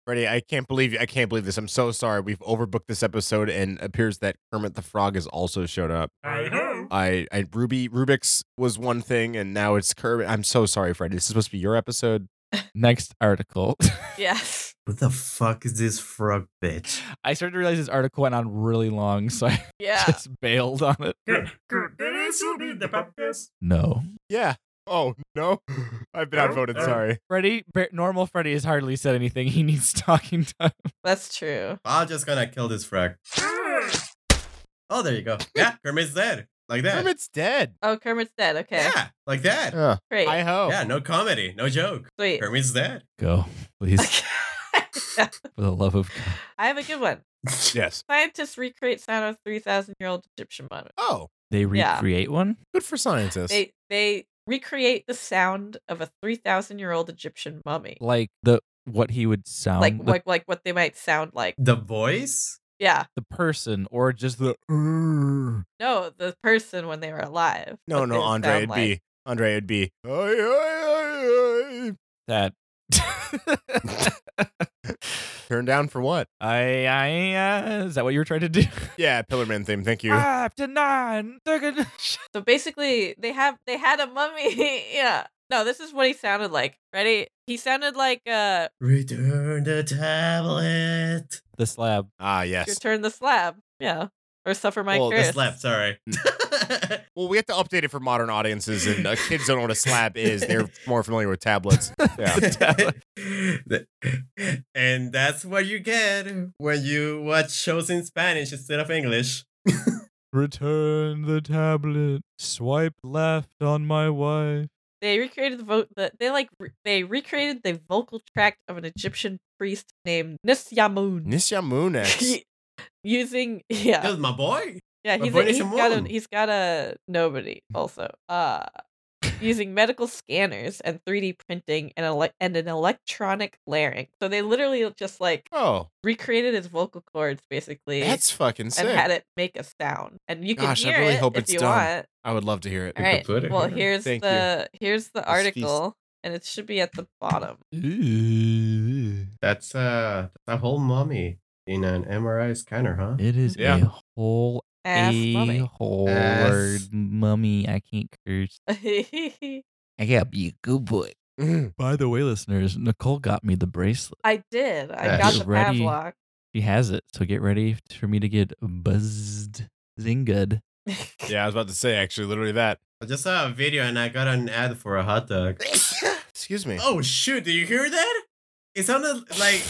C: Freddie, I can't believe you. I can't believe this. I'm so sorry. We've overbooked this episode, and appears that Kermit the Frog has also showed up.
B: I know.
C: I, I Ruby Rubik's was one thing, and now it's Kermit. I'm so sorry, Freddie. This is supposed to be your episode.
A: Next article.
D: Yes.
B: What the fuck is this frog bitch?
A: I started to realize this article went on really long, so I
D: Yeah.
A: just bailed on it.
B: Good, good. This will be the podcast.
A: No.
C: Yeah. Oh no, I've been outvoted. Sorry.
A: Freddy, Bar- normal Freddy has hardly said anything. He needs talking time.
D: That's true.
B: I'm just gonna kill this frog. Oh, there you go. Yeah, Kermit's dead. Like that.
C: Kermit's dead.
D: Oh, Kermit's dead. Okay.
B: Yeah, like that.
C: Uh,
D: Great.
C: I ho.
B: Yeah, no comedy, no joke.
D: Sweet.
B: Kermit's dead.
A: Go, please, for the love of God.
D: I have a good one.
C: Yes.
D: Scientists recreate sound of 3,000 year old Egyptian monarch.
C: Oh,
A: They
D: Yeah.
A: recreate one?
C: good for scientists.
D: They, they recreate the sound of a 3,000 year old Egyptian mummy.
A: Like the what he would sound
D: Like,
A: the,
D: like, like what they might sound like.
B: The voice?
D: Yeah.
A: the person or just the "Urgh."
D: No, the person when they were alive.
C: no,
D: what
C: no,
D: they would
C: Andre,
D: sound
C: it'd
D: like.
C: be Andre. It'd be. Ay, ay, ay,
A: that
C: ay. Turn down for what?
A: I, I uh, is that what you were trying to do?
C: Yeah, Pillarman theme. Thank you.
D: Ah,
A: Five to nine. they're gonna-
D: So basically, they have they had a mummy. yeah. No, this is what he sounded like. Ready? He sounded like uh,
B: Return the tablet.
A: the slab.
C: Ah, yes.
D: return the slab. Yeah, or suffer my
C: Well, the
B: The
D: curse.
B: slap, sorry. Hmm.
C: Well, we have to update it for modern audiences, and uh, kids don't know what a slab is. They're more familiar with tablets. Yeah.
B: and that's what you get when you watch shows in Spanish instead of English.
A: Return the tablet. Swipe left on my wife.
D: They recreated the vote. The, they like re- they recreated the vocal tract of an Egyptian priest named Nisyamun,
C: Nishamunex.
D: using yeah
B: That's my boy.
D: yeah
B: my
D: he's, a,
B: voice
D: he's
B: and
D: got
B: mom.
D: a he's got a nobody also uh using medical scanners and 3D printing and ele- and an electronic layering. So they literally just like
C: Oh,
D: recreated his vocal cords basically
C: that's fucking sick.
D: and had it make a sound. And you can
C: Gosh, I
D: hear
C: really
D: it
C: hope
D: if
C: it's
D: you
C: done.
D: want.
C: I would love to hear it.
D: All right.
B: put it
D: Well,
B: here.
D: here's
C: Thank you.
D: the here's the
C: Let's feast.
D: article and it should be at the bottom.
A: It
B: That's uh, a whole mummy in an MRI scanner, huh?
A: is
C: Yeah.
A: a whole
D: Ass
A: a
D: mummy.
A: whole
B: Ass.
A: word mummy. I can't curse. I gotta be a good boy.
C: Mm.
A: By the way, listeners, Nicole got me the bracelet.
D: I did. I
B: Ass.
D: got
B: Get
D: the
A: ready.
D: Pavlok.
A: She has it, so get ready for me to get buzzed, zinged.
C: Yeah, I was about to say actually, literally that.
B: I just saw a video and I got an ad for a hot dog.
C: Excuse me.
B: Oh shoot! Did you hear that? It sounded like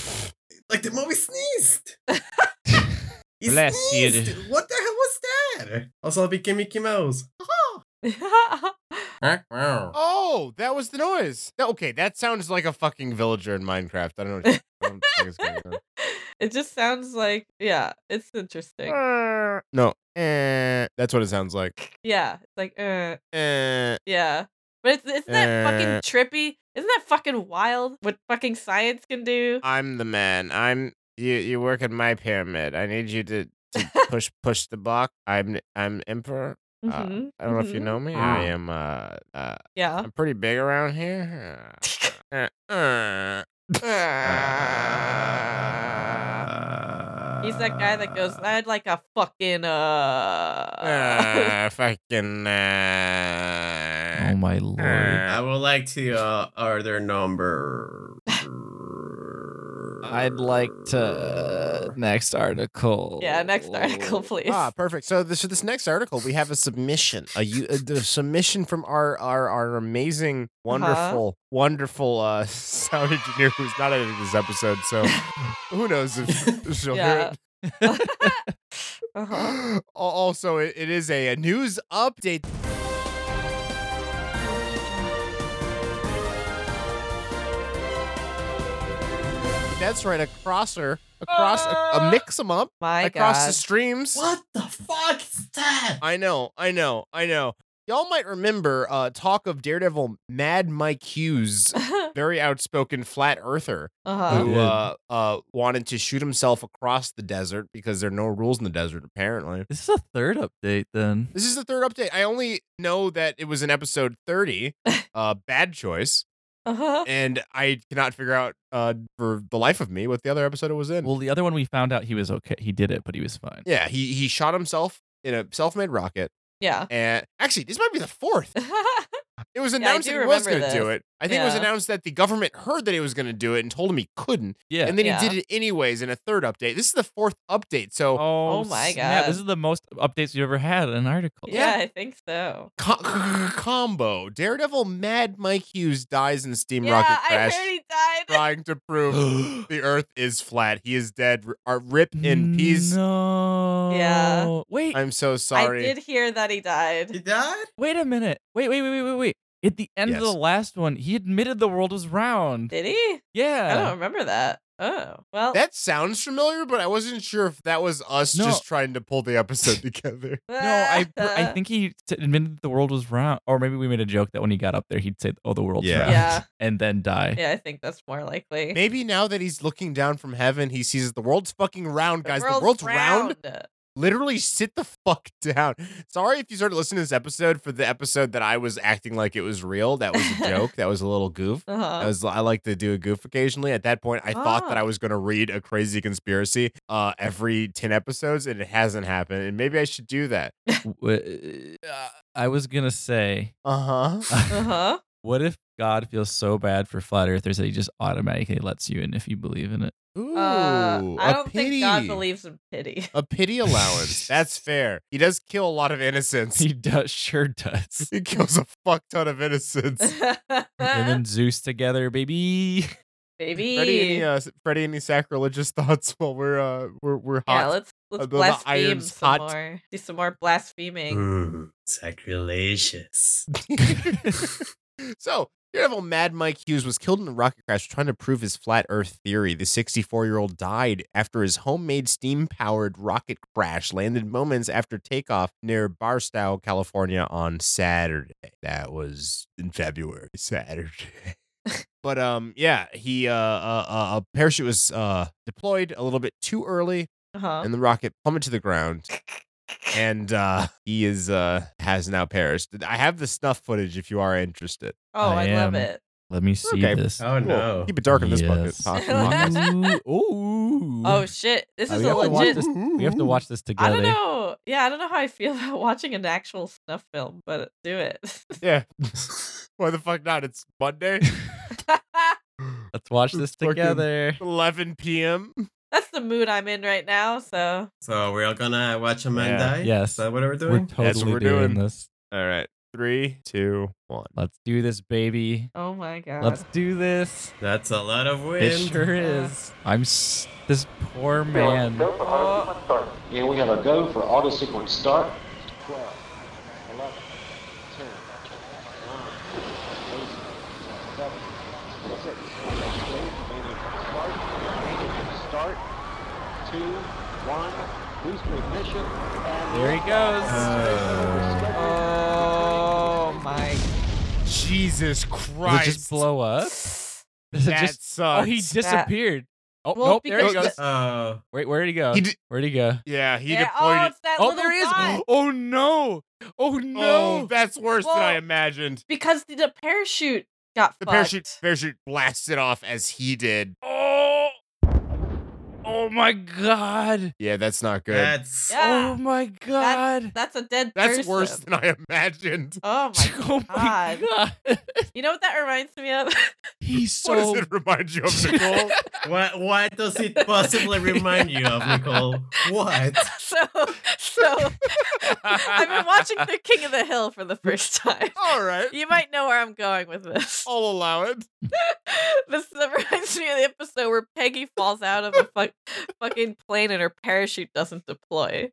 B: like the movie sneezed. He
A: Bless you.
B: sneezed. What the hell was that? Also, it became Mickey Mouse. Wow.
C: Oh, that was the noise. No, okay, that sounds like a fucking villager in Minecraft. I don't know. What, I don't think it's going on.
D: it just sounds like yeah, it's interesting.
C: No, eh, that's what it sounds like.
D: Yeah, it's like uh
C: Eh,
D: yeah. But it's, isn't
C: Uh.
D: that fucking trippy? Isn't that fucking wild? What fucking science can do?
C: I'm the man. I'm you. You work at my pyramid. I need you to, to push push the block. I'm I'm emperor. Uh,
D: Mhm,
C: I don't know if you
D: mhm.
C: know me. I am. Uh, uh,
D: Yeah.
C: I'm pretty big around here. Uh, uh, uh,
D: He's that guy that
C: uh,
D: goes, I'd like a fucking uh.
C: uh, fucking. Uh,
A: Oh my lord!
B: I would like to uh, order number.
A: I'd like
C: uh,
A: to next article.
D: Yeah, next article, please.
C: Ah, perfect. So this so this next article we have a submission, a, u- a the submission from our our our amazing, wonderful, wonderful uh, sound engineer who's not editing this episode. So who knows if she'll hear
D: Yeah.
C: it.
D: uh-huh.
C: Al- also, it, it is a, a news update. That's right, a crosser, a cross, a, a mix 'em up
D: My
C: across
D: God.
C: the streams.
B: What the fuck is that?
C: I know, I know, I know. Y'all might remember uh, talk of Daredevil Mad Mike Hughes, very outspoken flat earther
D: uh-huh.
C: who
A: did.
C: uh, uh, wanted to shoot himself across the desert because there are no rules in the desert, apparently.
A: This is a third update then.
C: This is the third update. I only know that it was in episode 30, uh, bad choice,
D: Uh-huh.
C: and I cannot figure out uh, for the life of me what the other episode it was in.
A: Well, the other one we found out he was okay. He did it, but he was fine.
C: yeah, he he shot himself in a self-made rocket,
D: Yeah.
C: and actually, this might be the fourth. It was
D: I
C: announced
D: do
C: that he was going
D: remember
C: to do
D: this.
C: it. I think it was
D: Yeah.
C: announced that the government heard that he was going to do it and told him he couldn't,
A: Yeah.
C: and then
D: Yeah.
C: he did it anyways in a third update. This is the fourth update, so
A: Oh,
D: Oh my
A: snap.
D: God.
A: This is the most updates you've ever had in an article.
D: yeah, I think so.
C: co- combo. Daredevil, Mad Mike Hughes dies in steam
D: yeah,
C: rocket
D: I
C: crash. Oh,
D: heard he died.
C: trying to prove the earth is flat. He is dead. R- uh, rip in peace.
A: No.
D: Yeah.
A: Wait.
C: I'm so
D: I
C: sorry.
D: did hear that he
B: He
D: died.
B: died?
A: Wait a minute. Wait. Wait. Wait. Wait. Wait. Wait. At the end of the
C: Yes.
A: last one, he admitted the world was round.
D: Did he? I don't
A: yeah.
D: remember that. Oh well.
C: That sounds familiar, but I wasn't sure if that was us
A: No.
C: just trying to pull the episode together.
A: No, I
D: uh,
A: I think he t- admitted the world was round, or maybe we made a joke that when he got up there, he'd say, "Oh, the world's
C: Yeah.
A: round,"
D: Yeah.
A: and then die.
D: Yeah, I think that's more likely.
C: Maybe now that he's looking down from heaven, he sees the world's fucking round, guys. The world's, round. Literally, sit the fuck down. Sorry if you started listening to this episode for the episode that I was acting like it was real. That was a joke. that was a little goof. I
D: Uh-huh.
C: was I like to do a goof occasionally. At that point, I thought that
D: Ah.
C: I was going to read a crazy conspiracy uh, every ten episodes, and it hasn't happened. And maybe I should do that.
A: W- uh, I was gonna say,
C: Uh huh.
D: Uh-huh.
A: what if God feels so bad for flat earthers that he just automatically lets you in if you believe in it?
C: Ooh,
D: Uh, I
C: a
D: don't
C: pity.
D: think God believes in pity.
C: a pity allowance. That's fair. He does kill a lot of innocents.
A: He does, sure does.
C: he kills a fuck ton of innocents.
A: Him and Zeus together, baby.
D: Baby.
C: Freddie, any uh, s- Freddie, any sacrilegious thoughts while we're uh we're we're
D: yeah,
C: hot?
D: let's let's
C: Uh, the- the
D: blaspheme
C: iron's
D: some
C: hot.
D: more. Do some more blaspheming.
B: Mm, sacrilegious.
C: so Daredevil Mad Mike Hughes was killed in a rocket crash trying to prove his flat Earth theory. The 64 year old died after his homemade steam powered rocket crash landed moments after takeoff near Barstow, California on Saturday. That was in February, Saturday. but um, yeah, he uh, uh, uh, a parachute was uh deployed a little bit too early,
D: Uh-huh.
C: and the rocket plummeted to the ground. And uh, he is uh, has now perished. I have the snuff footage if you are interested.
D: Oh,
A: I
D: I, love
A: am.
D: it.
A: Let me see
C: Okay.
A: this.
B: Oh no.
C: Keep it dark in this bucket.
A: Yes.
C: Top of the bucket.
A: Ooh, ooh.
D: Oh shit. This
A: Uh,
D: is
A: we
D: a
A: have to watch
D: legit
A: this. We have to watch this
D: I don't
A: together.
D: know. Yeah, I don't know how I feel about watching an actual snuff film, but do it.
C: yeah. Why the fuck not? It's Monday,
A: Let's watch this
C: Fucking-
A: together.
C: 11 p.m.
D: That's the mood I'm in right now, so
B: So we're all gonna watch a man
C: Yeah.
B: die?
A: Yes.
B: Is that what we're
A: We're
B: doing?
A: totally
C: That's what we're
A: doing,
C: doing.
A: this.
C: All right. Three, two, one.
A: Let's do this, baby.
D: oh my god.
A: Let's do this.
B: That's a lot of wind.
A: It sure is. I'm s- this poor man.
G: Go for auto sequence start. Yeah, we're gonna go for auto sequence start. 12, 11, 10, 9, 8, 7, 6, 5, 8, manual start, manual start, 2, 1, boost ignition, and
A: There he goes.
C: Uh,
D: Oh my
C: Jesus
A: Does
C: Christ.
A: it just blow up? Does it
C: that
A: just- oh,
C: sucks.
A: he disappeared. Oh,
D: Well,
A: nope, there he
D: because
A: goes.
D: the-
B: Oh.
A: Wait, where'd he go?
C: He di-
A: where'd he go?
C: yeah, Uh, he
D: Yeah,
C: deployed
D: oh,
C: it.
D: it's that
A: Oh,
D: little
A: there he is.
D: dot.
A: Oh, no. Oh, no.
C: Oh, that's worse than I
D: Well,
C: imagined.
D: Because the, the parachute got
C: The
D: fucked.
C: parachute parachute blasted off as he did. Oh,
A: Oh my god.
C: Yeah, that's not good.
B: That's
D: Yeah.
A: Oh my
D: Ah. That-
A: god.
D: that's a dead
C: that's
D: person.
C: worse than I imagined.
D: Oh my
A: oh my god.
D: You know what that reminds me of?
A: He's
C: what does
A: so
C: it remind you of, Nicole?
B: what what does it possibly remind you of, Nicole? What?
D: so so I've been watching The King of the Hill for the first time.
C: All right.
D: You might know where I'm going with this.
C: I'll allow it.
D: This reminds me of the episode where Peggy falls out of a fuck, fucking plane and her parachute doesn't deploy,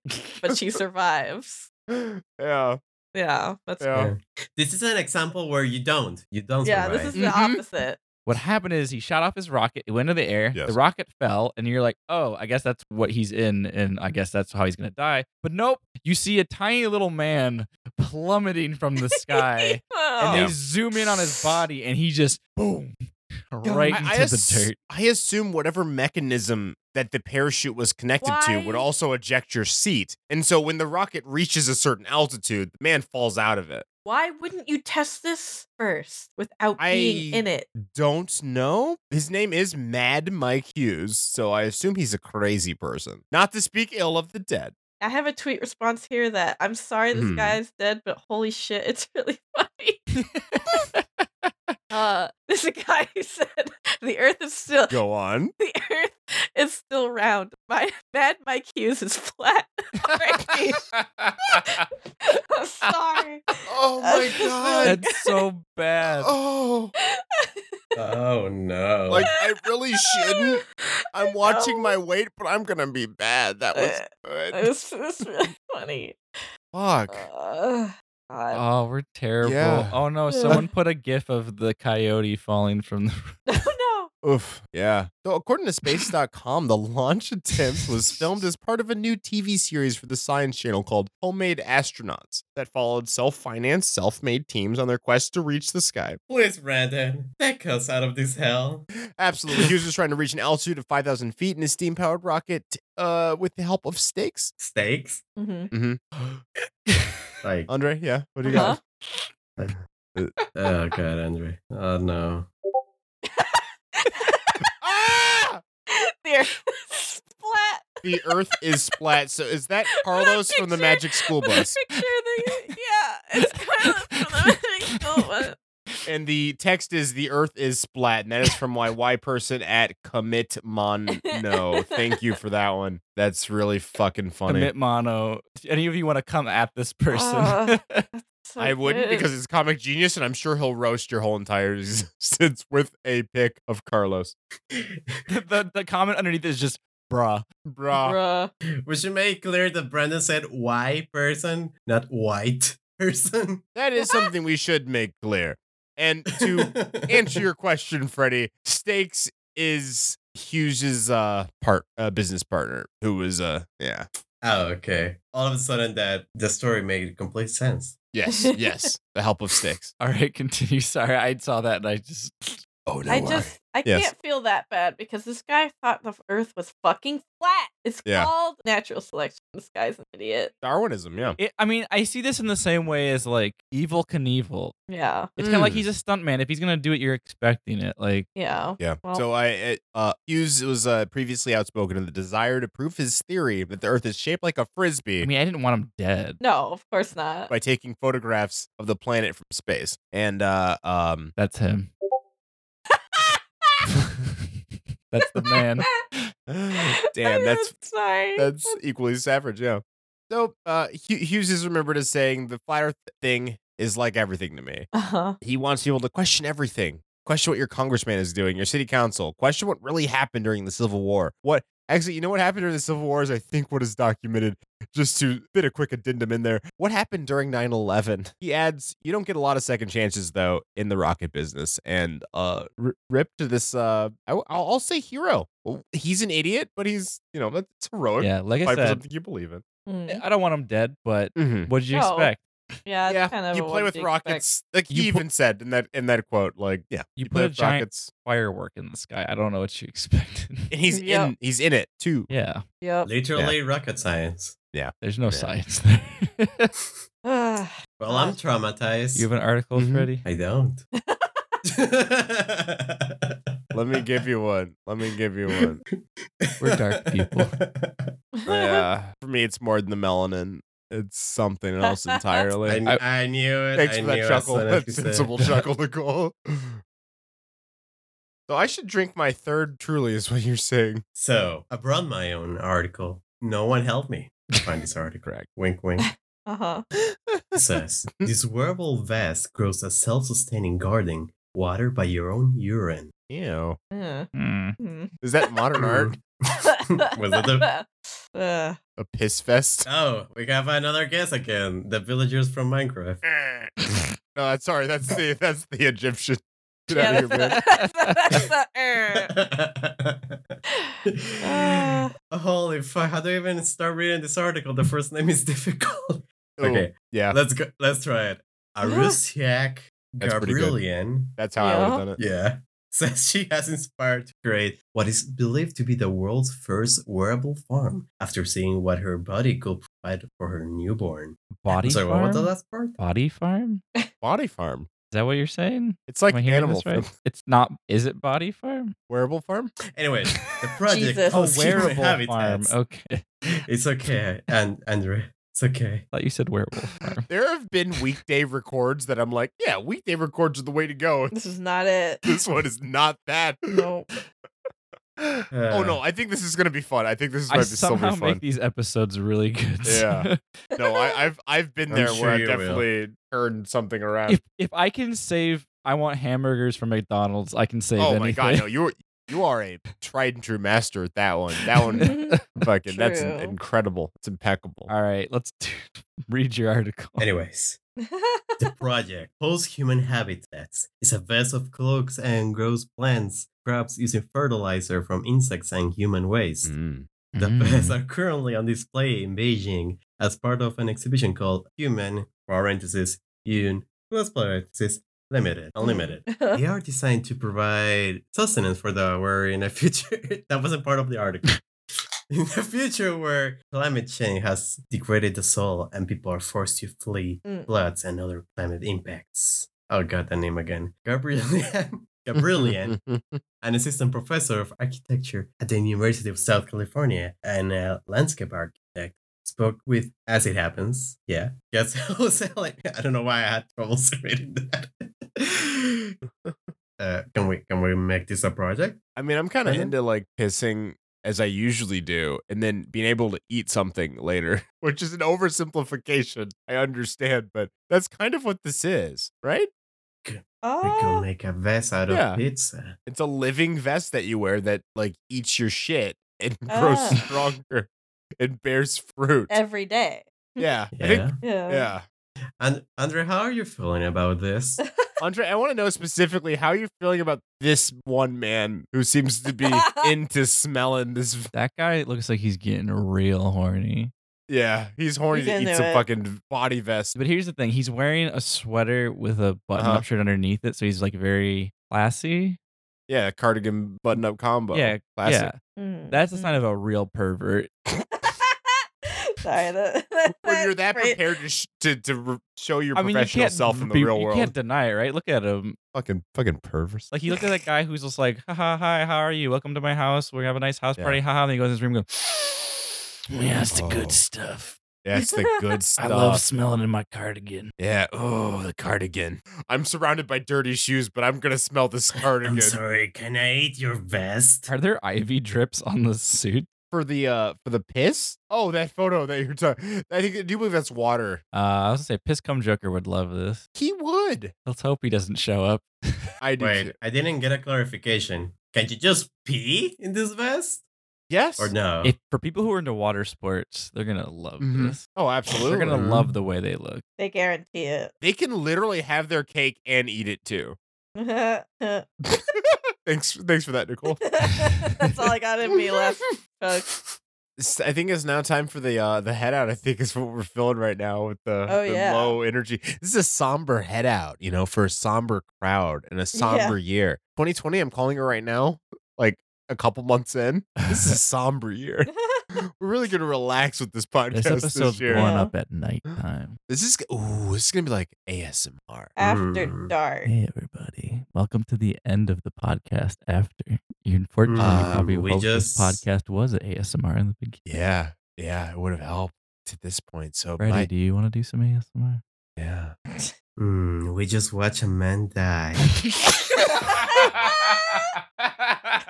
D: but she survives.
C: Yeah.
D: Yeah, that's
C: Yeah.
B: This is an example where you don't. You don't
D: yeah.
B: survive.
D: This is the
A: Mm-hmm.
C: Mhm.
D: opposite.
A: What happened is he shot off his rocket. It went into the air.
C: Yes.
A: The rocket fell, and you're like, "Oh, I guess that's what he's in, and I guess that's how he's gonna die." But nope, you see a tiny little man plummeting from the sky, and
D: Oh.
A: they zoom in on his body, and he just boom right
C: I-
A: into
C: I
A: the
C: ass-
A: dirt.
C: I assume whatever mechanism that the parachute was connected to would
D: Why?
C: also eject your seat. And so when the rocket reaches a certain altitude, the man falls out of it.
D: Why wouldn't you test this first without
C: I-
D: being in it?
C: Don't know. His name is Mad Mike Hughes, so I assume he's a crazy person. Not to speak ill of the dead.
D: I have a tweet response here that I'm sorry this
C: Hmm.
D: guy is dead, but holy shit, it's really funny. uh, this is a guy who said the Earth is still
C: Go on.
D: the Earth is still round. My bad, Mike Hughes is flat. Sorry. I'm sorry.
C: Oh my god.
A: That's so bad.
C: Oh.
B: Oh no.
C: Like I really shouldn't. I'm watching my weight, but I'm gonna be bad. That was
D: It
C: good.
D: was, it was really funny.
C: Fuck.
D: Uh, God.
A: Oh, we're terrible.
C: Yeah.
A: Oh no, someone put a gif of the coyote falling from the
D: Oh
C: Oof. Yeah. So, according to space.com, the launch attempt was filmed as part of a new TV series for the Science Channel called Homemade Astronauts that followed self financed, self made teams on their quest to reach the sky.
B: Please, Brandon, take us out of this hell.
C: Absolutely. Hughes was trying to reach an altitude of 5,000 feet in a steam powered rocket uh, with the help of stakes.
B: Stakes?
D: no. hmm
B: Like,
C: Andre, yeah. What do you
D: Uh-huh.
C: got?
B: oh god, Andre. Oh no.
C: Ah!
D: The Earth is flat.
C: The Earth is flat. So, is that Carlos from the
D: Picture-
C: Magic School Bus?
D: Picture the, yeah, it's Carlos from the Magic School Bus.
C: And the text is the earth is splat, and that is from my Y person at commit mon no. Thank you for that one. That's really fucking funny.
A: commit mono. Any of you want to come at this person?
D: Uh, So
C: I wouldn't
D: good.
C: because it's comic genius, and I'm sure he'll roast your whole entire existence with a pic of Carlos.
A: the, the, the comment underneath is just bruh.
C: Bruh.
D: Bruh.
B: We should make clear that Brandon said why person, not white person.
C: That is something we should make clear. And to answer your question, Freddie, Stakes is Hughes's uh part uh business partner who was uh yeah.
B: Oh, okay. All of a sudden that the story made complete sense.
C: Yes, yes. the help of Stakes.
A: All right, continue. Sorry, I saw that and I just.
C: Oh no.
D: I just I
C: Yes.
D: can't feel that bad because this guy thought the earth was fucking flat. It's
C: Yeah.
D: called natural selection. This guy's an idiot.
C: Darwinism, yeah.
A: It, I mean, I see this in the same way as like evil Knievel.
D: Yeah.
A: It's kind of like
C: Mm.
A: he's a stuntman. If he's gonna do it, you're expecting it. Like,
D: Yeah.
C: Yeah.
D: Well-
C: so I it, uh, Hughes was uh, previously outspoken in the desire to prove his theory that the Earth is shaped like a frisbee
A: I mean, I didn't want him dead.
D: No, of course not.
C: by taking photographs of the planet from space. And uh, um,
A: That's him. That's the man.
C: damn,
D: I'm
C: that's
D: sorry.
C: that's equally savage. Yeah. So uh, Hu- Hughes is remembered as saying the flat Earth thing is like everything to me.
D: Uh-huh.
C: He wants people to question everything. Question what your congressman is doing, your city council. Question what really happened during the Civil War. What actually, you know what happened during the Civil War is I think what is documented, just to fit a quick addendum in there. What happened during 9 11? He adds, you don't get a lot of second chances, though, in the rocket business. And uh, r- rip to this, uh, I, will I'll say hero. He's an idiot, but he's, you know, that's heroic.
A: Yeah, like I
C: Fight for
A: said,
C: something you believe in.
D: Mm.
A: I don't want him dead. But
C: Mm-hmm.
A: what did you
D: No.
A: expect?
D: Yeah, it's
C: yeah,
D: kind of
C: you
D: a
C: play
D: what
C: with
D: do you expect?
C: rockets. Like
A: You
C: he
A: pu-
C: even said in that in that quote, like yeah,
A: You
C: play
A: put a
C: with
A: giant
C: rockets.
A: firework in the sky. I don't know what you expected.
C: and he's
D: Yep.
C: in he's in it too.
A: yeah,
D: Yep.
B: Literally rocket science.
A: there's no
C: Yeah.
A: science there.
D: Ugh.
B: Well, I'm traumatized.
A: Mm-hmm. you have an article,
C: Mhm.
A: Freddie?
B: I don't.
C: Let me give you one. Let me give you one.
A: We're dark people.
C: Yeah. For me, it's more than the melanin. It's something else entirely.
B: I,
C: I-
B: I knew it.
C: Thanks
B: I
C: for
B: knew
C: that
B: as
C: chuckle.
B: soon as
C: That
B: you said
C: sensible
B: that.
C: chuckle, Nicole. So I should drink my third truly, is what you're saying.
B: So I brought my own article. No one helped me find this article.
C: Correct.
B: Wink, wink.
D: Uh huh.
B: It says this wearable vest grows a self-sustaining garden watered by your own urine.
C: Ew.
D: Uh,
A: Mm.
D: mm.
C: Is that modern art?
B: Was it the?
D: Uh,
C: A piss fest?
B: Oh, we have another guess again. The villagers from Minecraft.
C: No, that's- sorry. That's the that's the Egyptian. Get
D: yeah,
C: out of here, man.
D: that's the- that's the- er. Uh.
B: Holy fuck! How do I even start reading this article? The first name is difficult.
C: Ooh,
B: Okay.
C: Yeah.
B: Let's go. Let's try it. Arusiak
C: uh That's pretty good.
B: Gabrielian.
C: That's how I would have done it.
B: Yeah. Says she has inspired to create what is believed to be the world's first wearable farm after seeing what her body could provide for her newborn.
A: Body
B: Sorry,
A: farm.
B: what was the last part?
A: Body farm.
C: Body farm.
A: Is that what you're saying?
C: It's like
A: Am I hearing
C: animal
A: this right?
C: farm.
A: It's not. Is it body farm?
C: Wearable farm?
B: Anyway, the project
D: Jesus.
A: Oh,
B: calls human
A: wearable farm.
B: habitats.
A: Okay. I
B: It's okay, and Andrew, it's okay.
A: thought you said werewolf farm.
C: There have been weekday records that I'm like, yeah, weekday records are the way to go.
D: This is not it.
C: This one is not that.
D: No.
C: oh no, I think this is gonna be fun. I think this is might
A: I
C: be so
A: somehow
C: much
A: make
C: fun.
A: these episodes really good.
C: Yeah. No, I, I've I've been
B: I'm
C: there
B: sure
C: where
B: you
C: I've
B: will.
C: definitely turned something around.
A: if if I can save, I want hamburgers from McDonald's. I can save.
C: oh
A: anything.
C: my god, no, you are you are a tried and true master at that one. That one fucking that's in-
D: True.
C: incredible. It's impeccable.
A: All right, let's do, read your article.
B: Anyways, the project Post Human Habitats is a vest of cloaks and grows plants, crops using fertilizer from insects and human waste.
C: Mm.
B: The
A: Mm.
B: vests are currently on display in Beijing as part of an exhibition called Human parentheses Un plus parentheses Limited Unlimited. they are designed to provide sustenance for the where in the future that wasn't part of the article. In the future, where climate change has degraded the soil and people are forced to flee
D: Mm.
B: floods and other climate impacts. Oh god, that name again. Gabrielian. Gabrielian an assistant professor of architecture at the University of South California and a landscape architect. Spoke with, as it happens, yeah. Guess who was selling? I don't know why I had trouble reading that. uh, can we can we make this a project?
C: I mean, I'm kind of
B: Right?
C: into like pissing as I usually do, and then being able to eat something later, which is an oversimplification. I understand, but that's kind of what this is, right?
B: We
D: oh,
B: can make a vest out
C: Uh, Yeah.
B: of pizza.
C: It's a living vest that you wear that like eats your shit and grows
D: Ah.
C: stronger and bears fruit.
D: every day.
C: yeah, I
B: Yeah.
C: think.
D: Yeah.
C: Yeah,
B: And Andre, how are you feeling about this?
C: Andre, I want to know specifically how you're feeling about this one man who seems to be into smelling this. v-
A: That guy looks like he's getting real horny.
C: Yeah, he's horny
D: He's
C: to eat
D: into
C: some
D: it.
C: fucking body vest.
A: But here's the thing: he's wearing a sweater with a button-up
C: Uh-huh.
A: shirt underneath it, so he's like very classy.
C: Yeah, cardigan button up combo.
A: yeah,
C: classic.
A: yeah.
D: Mm.
C: Mm.
A: That's a sign of a real pervert.
D: Sorry. That,
C: When you're that
D: right.
C: prepared to sh- to, to re- show your
A: I mean, you
C: professional
A: can't
C: self in the
A: be-
C: real world,
A: You can't deny it, right? Look at him.
C: fucking fucking perverse.
A: Like he looked at that guy who's just like, "Ha ha hi, how are you? Welcome to my house. We're gonna have a nice house
C: Yeah.
A: party. Ha ha." Then he goes in his room, and goes,
F: Yeah, it's the
C: Oh.
F: good stuff.
C: That's the good stuff.
F: I love smelling in my cardigan.
C: yeah. Oh, the cardigan. I'm surrounded by dirty shoes, but I'm gonna smell this
B: I'm
C: cardigan
B: sorry. Can I eat your vest?
A: "Are there ivy drips on the suit?"
C: for the uh for the piss. Oh, that photo that you're talking. I think I do believe that's water.
A: Uh, I was gonna say, Piss Cum Joker would love this.
C: He would.
A: Let's hope he doesn't show up.
C: I do.
B: Wait,
C: too.
B: I didn't get a clarification. Can you just pee in this vest
C: Yes.
B: or no?
A: If for people who are into water sports, they're gonna love
F: Mm-hmm.
C: Mhm.
A: this.
C: Oh, absolutely.
A: They're gonna
B: Mhm.
A: love the way they look.
D: They guarantee it.
C: They can literally have their cake and eat it too.
D: That's
C: Thanks. Thanks for that, Nicole.
D: all I got in me left. folks.
C: S- I think it's now time for the uh the head out. I think is what we're feeling right now with the,
D: Oh,
C: the
D: yeah.
C: low energy. This is a somber head out, you know, for a somber crowd and a somber year. 2020, I'm calling it right now, like a couple months in. This is a somber year. We're really gonna relax with this podcast
A: This
C: this,
A: episode's
C: year.
A: going
D: Yeah.
A: up at nighttime.
C: This is ooh, this is gonna be like ASMR.
D: After
B: Mm.
D: dark.
A: Hey everybody. Welcome to the end of the podcast after. You unfortunately
B: Um,
A: probably
B: we
A: hope
B: just-
A: this podcast was at ASMR in the beginning.
C: Yeah, yeah, it would have helped to this point. So
A: Freddie,
C: my-
A: do you want to do some ASMR?
C: yeah.
B: Mm, we just watch a man die.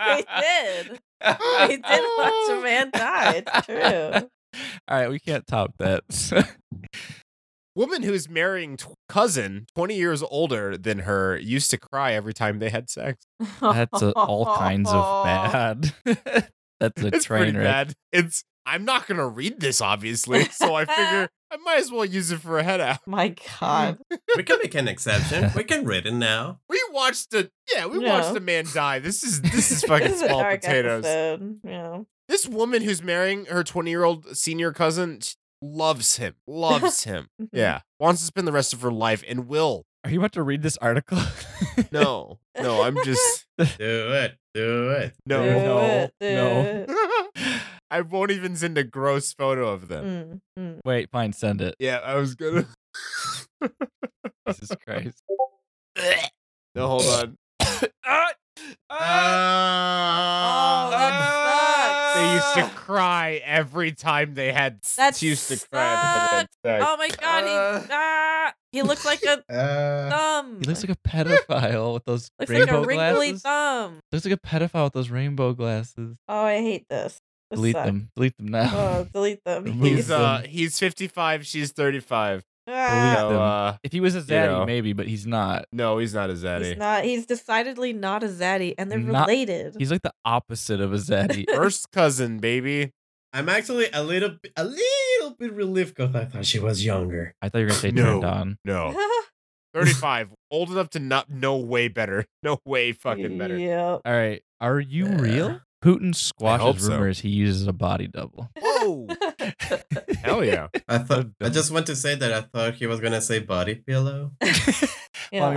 D: We did. We did watch a man die. It's true.
A: All right, we can't top that.
C: Woman who's marrying t- cousin, twenty years older than her, used to cry every time they had sex.
A: That's a, all kinds of bad. That's a
C: it's
A: train
C: pretty
A: wreck.
C: bad. It's I'm not gonna read this, obviously. So I figure I might as well use it for a head out.
D: My God.
B: we can make an exception. We can read it now.
C: We watched a yeah, we
D: No.
C: watched a man die. This is this is fucking
D: This is a
C: small
D: dark
C: potatoes.
D: episode, Yeah.
C: This woman who's marrying her 20-year-old senior cousin she loves him. Loves him. yeah. Wants to spend the rest of her life and will.
A: Are you about to read this article?
C: No. No, I'm just
B: Do it. Do it.
D: Do
C: no.
A: no,
D: it, do
A: no.
D: it.
C: I won't even send a gross photo of them.
D: Mm,
C: Uh,
D: mm.
A: Wait, fine, send it.
C: Yeah, I was gonna
A: Jesus Christ.
C: No, hold on. Ah!
D: Oh, that
C: they used to cry every time they had
D: That
C: she used to cry every time they had sex.
D: Oh my God.
C: Uh.
D: he, ah, he looks like a
B: Uh,
D: thumb.
A: He looks like a pedophile with those
D: Looks like
A: rainbow
D: a wrinkly
A: glasses.
D: thumb.
A: Looks like a pedophile with those rainbow glasses.
D: Oh, I hate this. This
A: delete
D: sucks.
A: them. Delete them now.
D: Oh, delete them.
A: Remove
C: He's uh he's 55, she's 35.
D: Ah,
A: Delete them.
C: So uh
A: if he was a zaddy,
C: know.
A: maybe, but he's not.
C: no, he's not a zaddy.
D: he's not. He's decidedly not a zaddy, and they're
A: Not-
D: related.
A: He's like the opposite of a zaddy.
C: First cousin, baby.
B: I'm actually a little, a little bit relieved because I thought she was younger.
A: I thought you were gonna say
C: No.
A: turned on.
C: No. 35. Old enough to not no way better. No way fucking better.
D: Yep.
A: All right, are you real? Putin
C: hope
A: squashes
C: so.
A: rumors he uses a body double.
C: Whoa. Hell yeah.
B: I thought.
A: Oh,
B: I
A: dumb.
B: just want to say that I thought he was gonna say body pillow.
A: Let me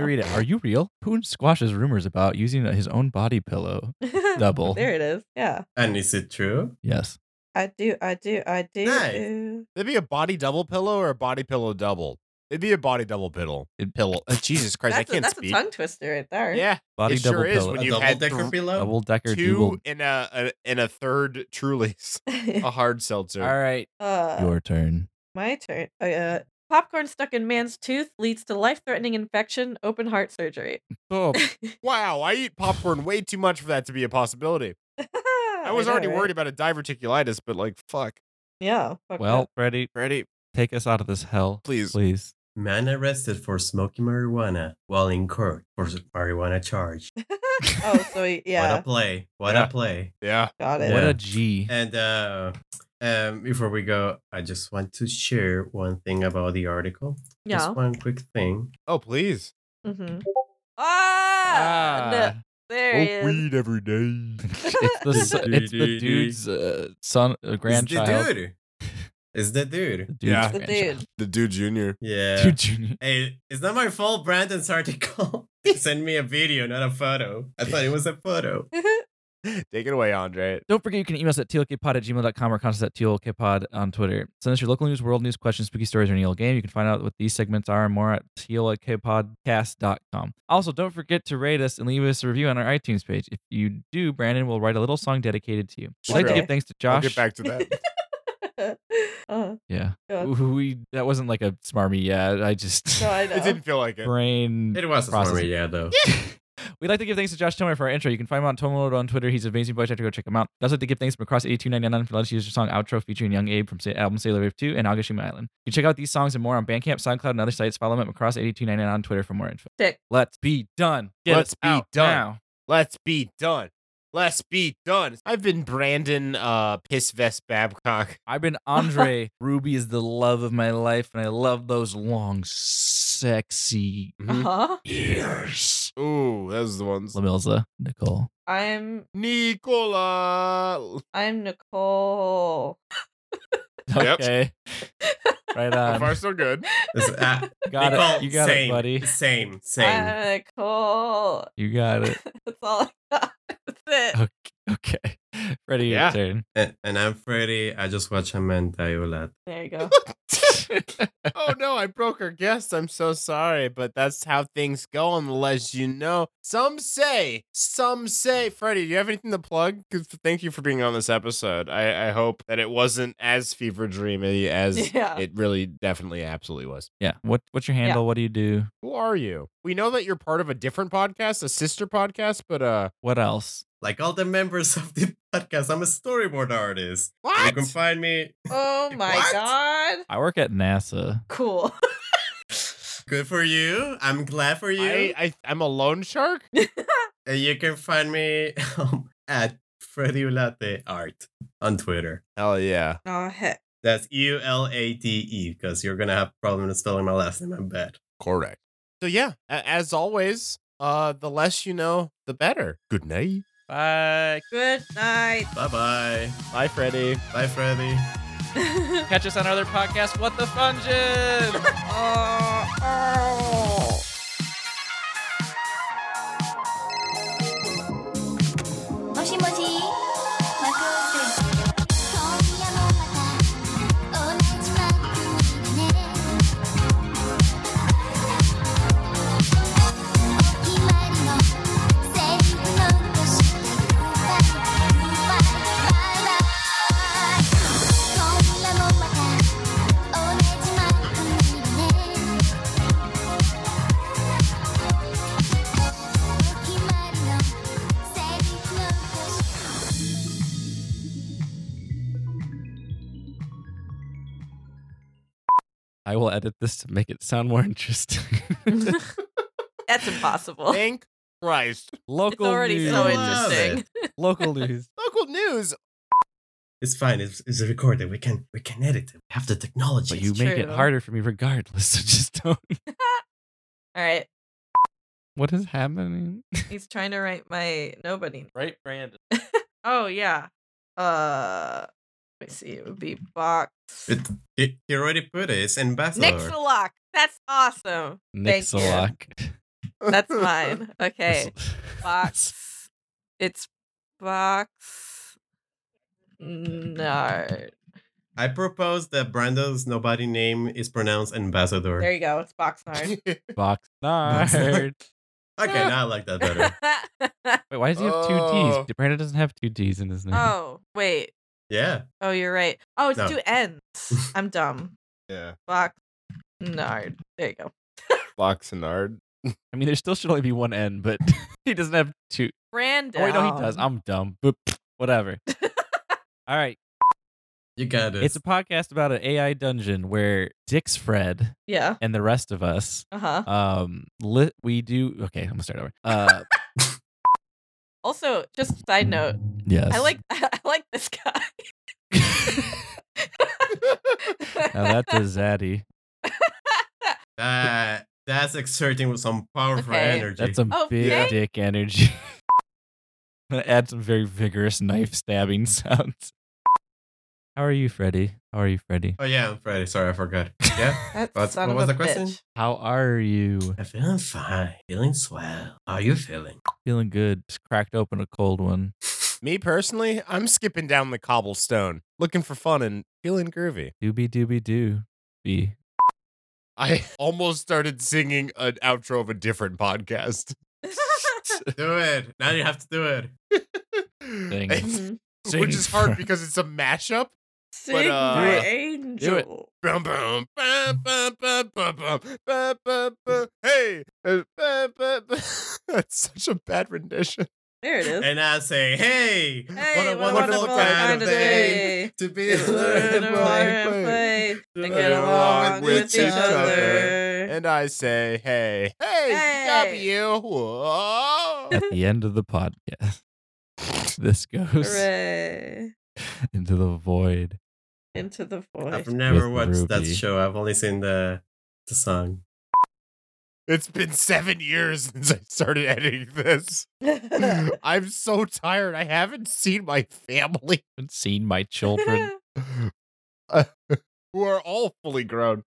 A: read it. Are you real? Putin squashes rumors about using his own body pillow
D: Yeah.
A: double.
D: there it is. Yeah.
B: And is it true?
A: Yes.
D: I do. I do. I do.
B: Nice.
D: do.
C: It'd be a body double pillow or a body pillow double. It'd be a body double piddle. Pillow. Uh, Jesus Christ,
D: That's,
C: I can't
D: a, that's
C: speak.
D: a tongue twister right there.
C: Yeah,
A: Body
C: it
A: double
C: sure is
A: pillow.
C: when
B: A
C: you
B: double
C: had
B: decker
C: th-
B: pillow.
A: double decker double.
C: two and a, a and a third Truly's, a hard seltzer.
A: All right,
D: Uh,
A: your turn.
D: My turn. Uh, popcorn stuck in man's tooth leads to life-threatening infection. Open heart surgery.
A: Oh,
C: Wow, I eat popcorn way too much for that to be a possibility.
D: Oh,
C: I was already worried about a diverticulitis, but like, fuck,
D: Yeah. fuck
A: well, Freddie,
C: Freddie,
A: take us out of this hell,
C: please.
A: please.
B: Man arrested for smoking marijuana while in court for s- marijuana charge.
D: that. oh, so he-
B: What
D: yeah,
B: a play! What
C: Yeah.
B: a play!
C: Yeah,
D: got it.
A: What
B: Yeah.
A: a G.
B: And uh, um, before we go, I just want to share one thing about the article.
D: Yeah.
B: Just one quick thing.
C: oh please.
D: Mm-hmm. Ah, no, there he is.
C: every day.
A: it's the s- it's the dude's uh, son, uh, grandchild.
B: It's the dude. It's the dude.
A: dude's
C: Yeah.
D: The
A: grandchild.
D: dude.
C: the dude junior.
B: Yeah.
A: Dude Junior.
B: Hey, it's not my fault Brandon's article. Send me a video, not a photo. I thought it was a photo.
C: Take it away, Andre.
A: Don't forget you can email us at tlkpod at gmail.com or contact us at tlkpod on Twitter. Send us your local news, world news, questions, spooky stories, or any old game. You can find out what these segments are and more at tlkpodcast.com. Also, don't forget to rate us and leave us a review on our iTunes page. If you do, Brandon will write a little song dedicated to you. I'd like to
D: Okay.
A: give thanks to
C: I'll
A: Josh.
C: get back to that.
D: uh,
A: Yeah.
D: Yeah.
A: We, that wasn't like a smarmy yeah. I just
D: no, I
C: it
D: know.
C: didn't feel like it.
A: brain
B: It was a
A: Process.
B: story, yeah, though.
A: We'd like to give thanks to Josh Tomer for our intro. You can find him on Tomer on Twitter. He's an amazing voice actor. Go check him out. We'd also like to give thanks to Macross8299 for letting us use your song outro featuring Young Abe from Sa- album Sailor Wave 2 and Agashima Island. You can check out these songs and more on Bandcamp, SoundCloud, and other sites. Follow him at Macross8299 on Twitter for more info.
D: Sick.
A: Let's be done. Get
C: Let's
A: us
C: be
A: out
C: done.
A: now.
C: Let's be done. Let's be done. I've been Brandon uh Piss Vest Babcock.
A: I've been Andre. Ruby is the love of my life, and I love those long, sexy
C: Mm-hmm.
D: Uh-huh.
C: Years. Ooh, those are the ones.
A: Lamilza, Nicole.
D: I'm
C: Nicola.
D: I'm Nicole.
C: Yep.
A: Okay. right
C: So far,
A: on.
C: so good.
B: It's, uh,
A: Got
B: Nicole,
A: it. You got
B: same,
A: it, buddy.
B: Same,
D: Uh,
B: same.
D: I'm Nicole.
A: You got it.
D: That's all I got. That's it.
A: Okay. Freddy,
C: Yeah.
A: your turn.
B: And, and I'm Freddy. I just watch Amanda Violet.
D: There you go.
C: oh no, I broke our guest. I'm so sorry, but that's how things go unless you know. Some say, some say. Freddie, do you have anything to plug? 'Cause Thank you for being on this episode. I, I hope that it wasn't as fever dreamy as
D: Yeah.
C: it really definitely absolutely was.
A: Yeah. What what's your handle? What do you do?
C: Who are you? We know that you're part of a different podcast, a sister podcast, but uh
A: What else?
B: Like all the members of the podcast, I'm a storyboard artist. You can find me.
D: Oh my
B: What?
D: god.
A: I work at NASA.
D: Cool.
B: Good for you. I'm glad for you.
C: I, I I'm a loan shark?
B: And you can find me um, at Freddy Ulate Art on Twitter.
C: Hell yeah.
D: Oh heck.
B: That's U L A D E because you're gonna have problems spelling my last name. I'm bad.
C: Correct. So yeah, a- as always, uh the less you know, the better. Good night.
A: Bye.
D: Good night.
B: Bye bye.
C: Bye, Freddie.
B: Bye, Freddy.
A: Catch us on our other podcast, What the Fungin! I will edit this to make it sound more interesting.
D: That's impossible.
C: Thank Christ.
D: It's
A: Local
D: already
A: news.
D: so
B: Love it.
D: interesting.
A: Local news.
C: Local news.
B: It's fine. It's, it's recorded. We can we can edit it. We have the technology.
A: But you make it
D: true.
A: harder for me regardless. So just don't.
D: All right.
A: What is happening?
D: He's trying to write my nobody.
A: Right, Brandon.
D: Oh yeah. Uh let me see. It would be box.
B: It- He, he already put it. It's ambassador.
D: Nixalock. That's awesome. Thank you.
A: Nixalock.
D: That's mine. Okay.
A: This-
D: Box. It's box. No.
B: I propose that Brando's nobody name is pronounced ambassador.
D: There you go. It's box nard.
A: Box nerd.
B: okay, now I like that better.
A: Wait, why does he have two
C: Oh.
A: T's? Brandon doesn't have two T's in his name.
D: oh, wait.
B: yeah.
D: Oh, you're right. Oh, it's
B: No.
D: two N's. I'm dumb.
C: yeah.
D: Box nard. There you go.
C: Boxenard.
A: I mean, there still should only be one N, but he doesn't have two.
D: Brandon.
A: Oh, wait, no, he does. I'm dumb. But whatever. All right.
B: You got it.
A: It's a podcast about an AI dungeon where Dix Fred
D: yeah.
A: and the rest of us
D: Uh huh.
A: um li- we do okay, I'm gonna start over. Uh
D: Also, just side note.
A: yes.
D: I like I like this guy.
A: now that's a zaddy.
B: That- that's exerting with some powerful
D: Okay.
B: energy.
A: That's some
D: Oh,
A: big
D: thank-
A: dick energy. I'm gonna add some very vigorous knife stabbing sounds. How are you, Freddy? How are you, Freddy?
B: oh yeah, I'm Freddy. Sorry, I forgot. Yeah.
D: That's
B: What's-
D: son
B: what
D: of
B: was
D: a
B: the question?
D: bitch.
A: How are you?
B: I'm feeling fine. Feeling swell. How are you feeling?
A: Feeling good. Just cracked open a cold one.
C: Me personally, I'm skipping down the cobblestone, looking for fun and feeling groovy.
A: Doobie doobie doo. Be.
C: I almost started singing an outro of a different podcast.
B: do it. Now you have to do it.
C: Dang
D: Mhm.
C: Which is hard because it's a mashup.
D: Sing
C: uh,
D: my
C: do it.
D: angel.
A: Do it.
C: Bum, bum, bum, bum, bum, bum, bum, bum, bum, bum. Hey, uh, bum, bum, bum. that's such a bad rendition.
D: There it is.
B: And I say, hey,
D: hey,
B: what a wonderful, kind, of day, to be a
D: Learn
B: little
D: to
B: boy.
D: learn, play,
B: To
D: and
B: get
D: get along with each other.
C: And I say, hey, hey,
D: Hey.
C: W. Whoa.
A: At the end of the podcast, this goes
D: Hooray.
A: into the void.
D: Into the void.
B: I've never
A: With
B: watched that
A: Ruby.
B: show. I've only seen the the song.
C: It's been seven years since I started editing this. I'm so tired. I haven't seen my family
A: Haven't seen my children.
C: who are all fully grown.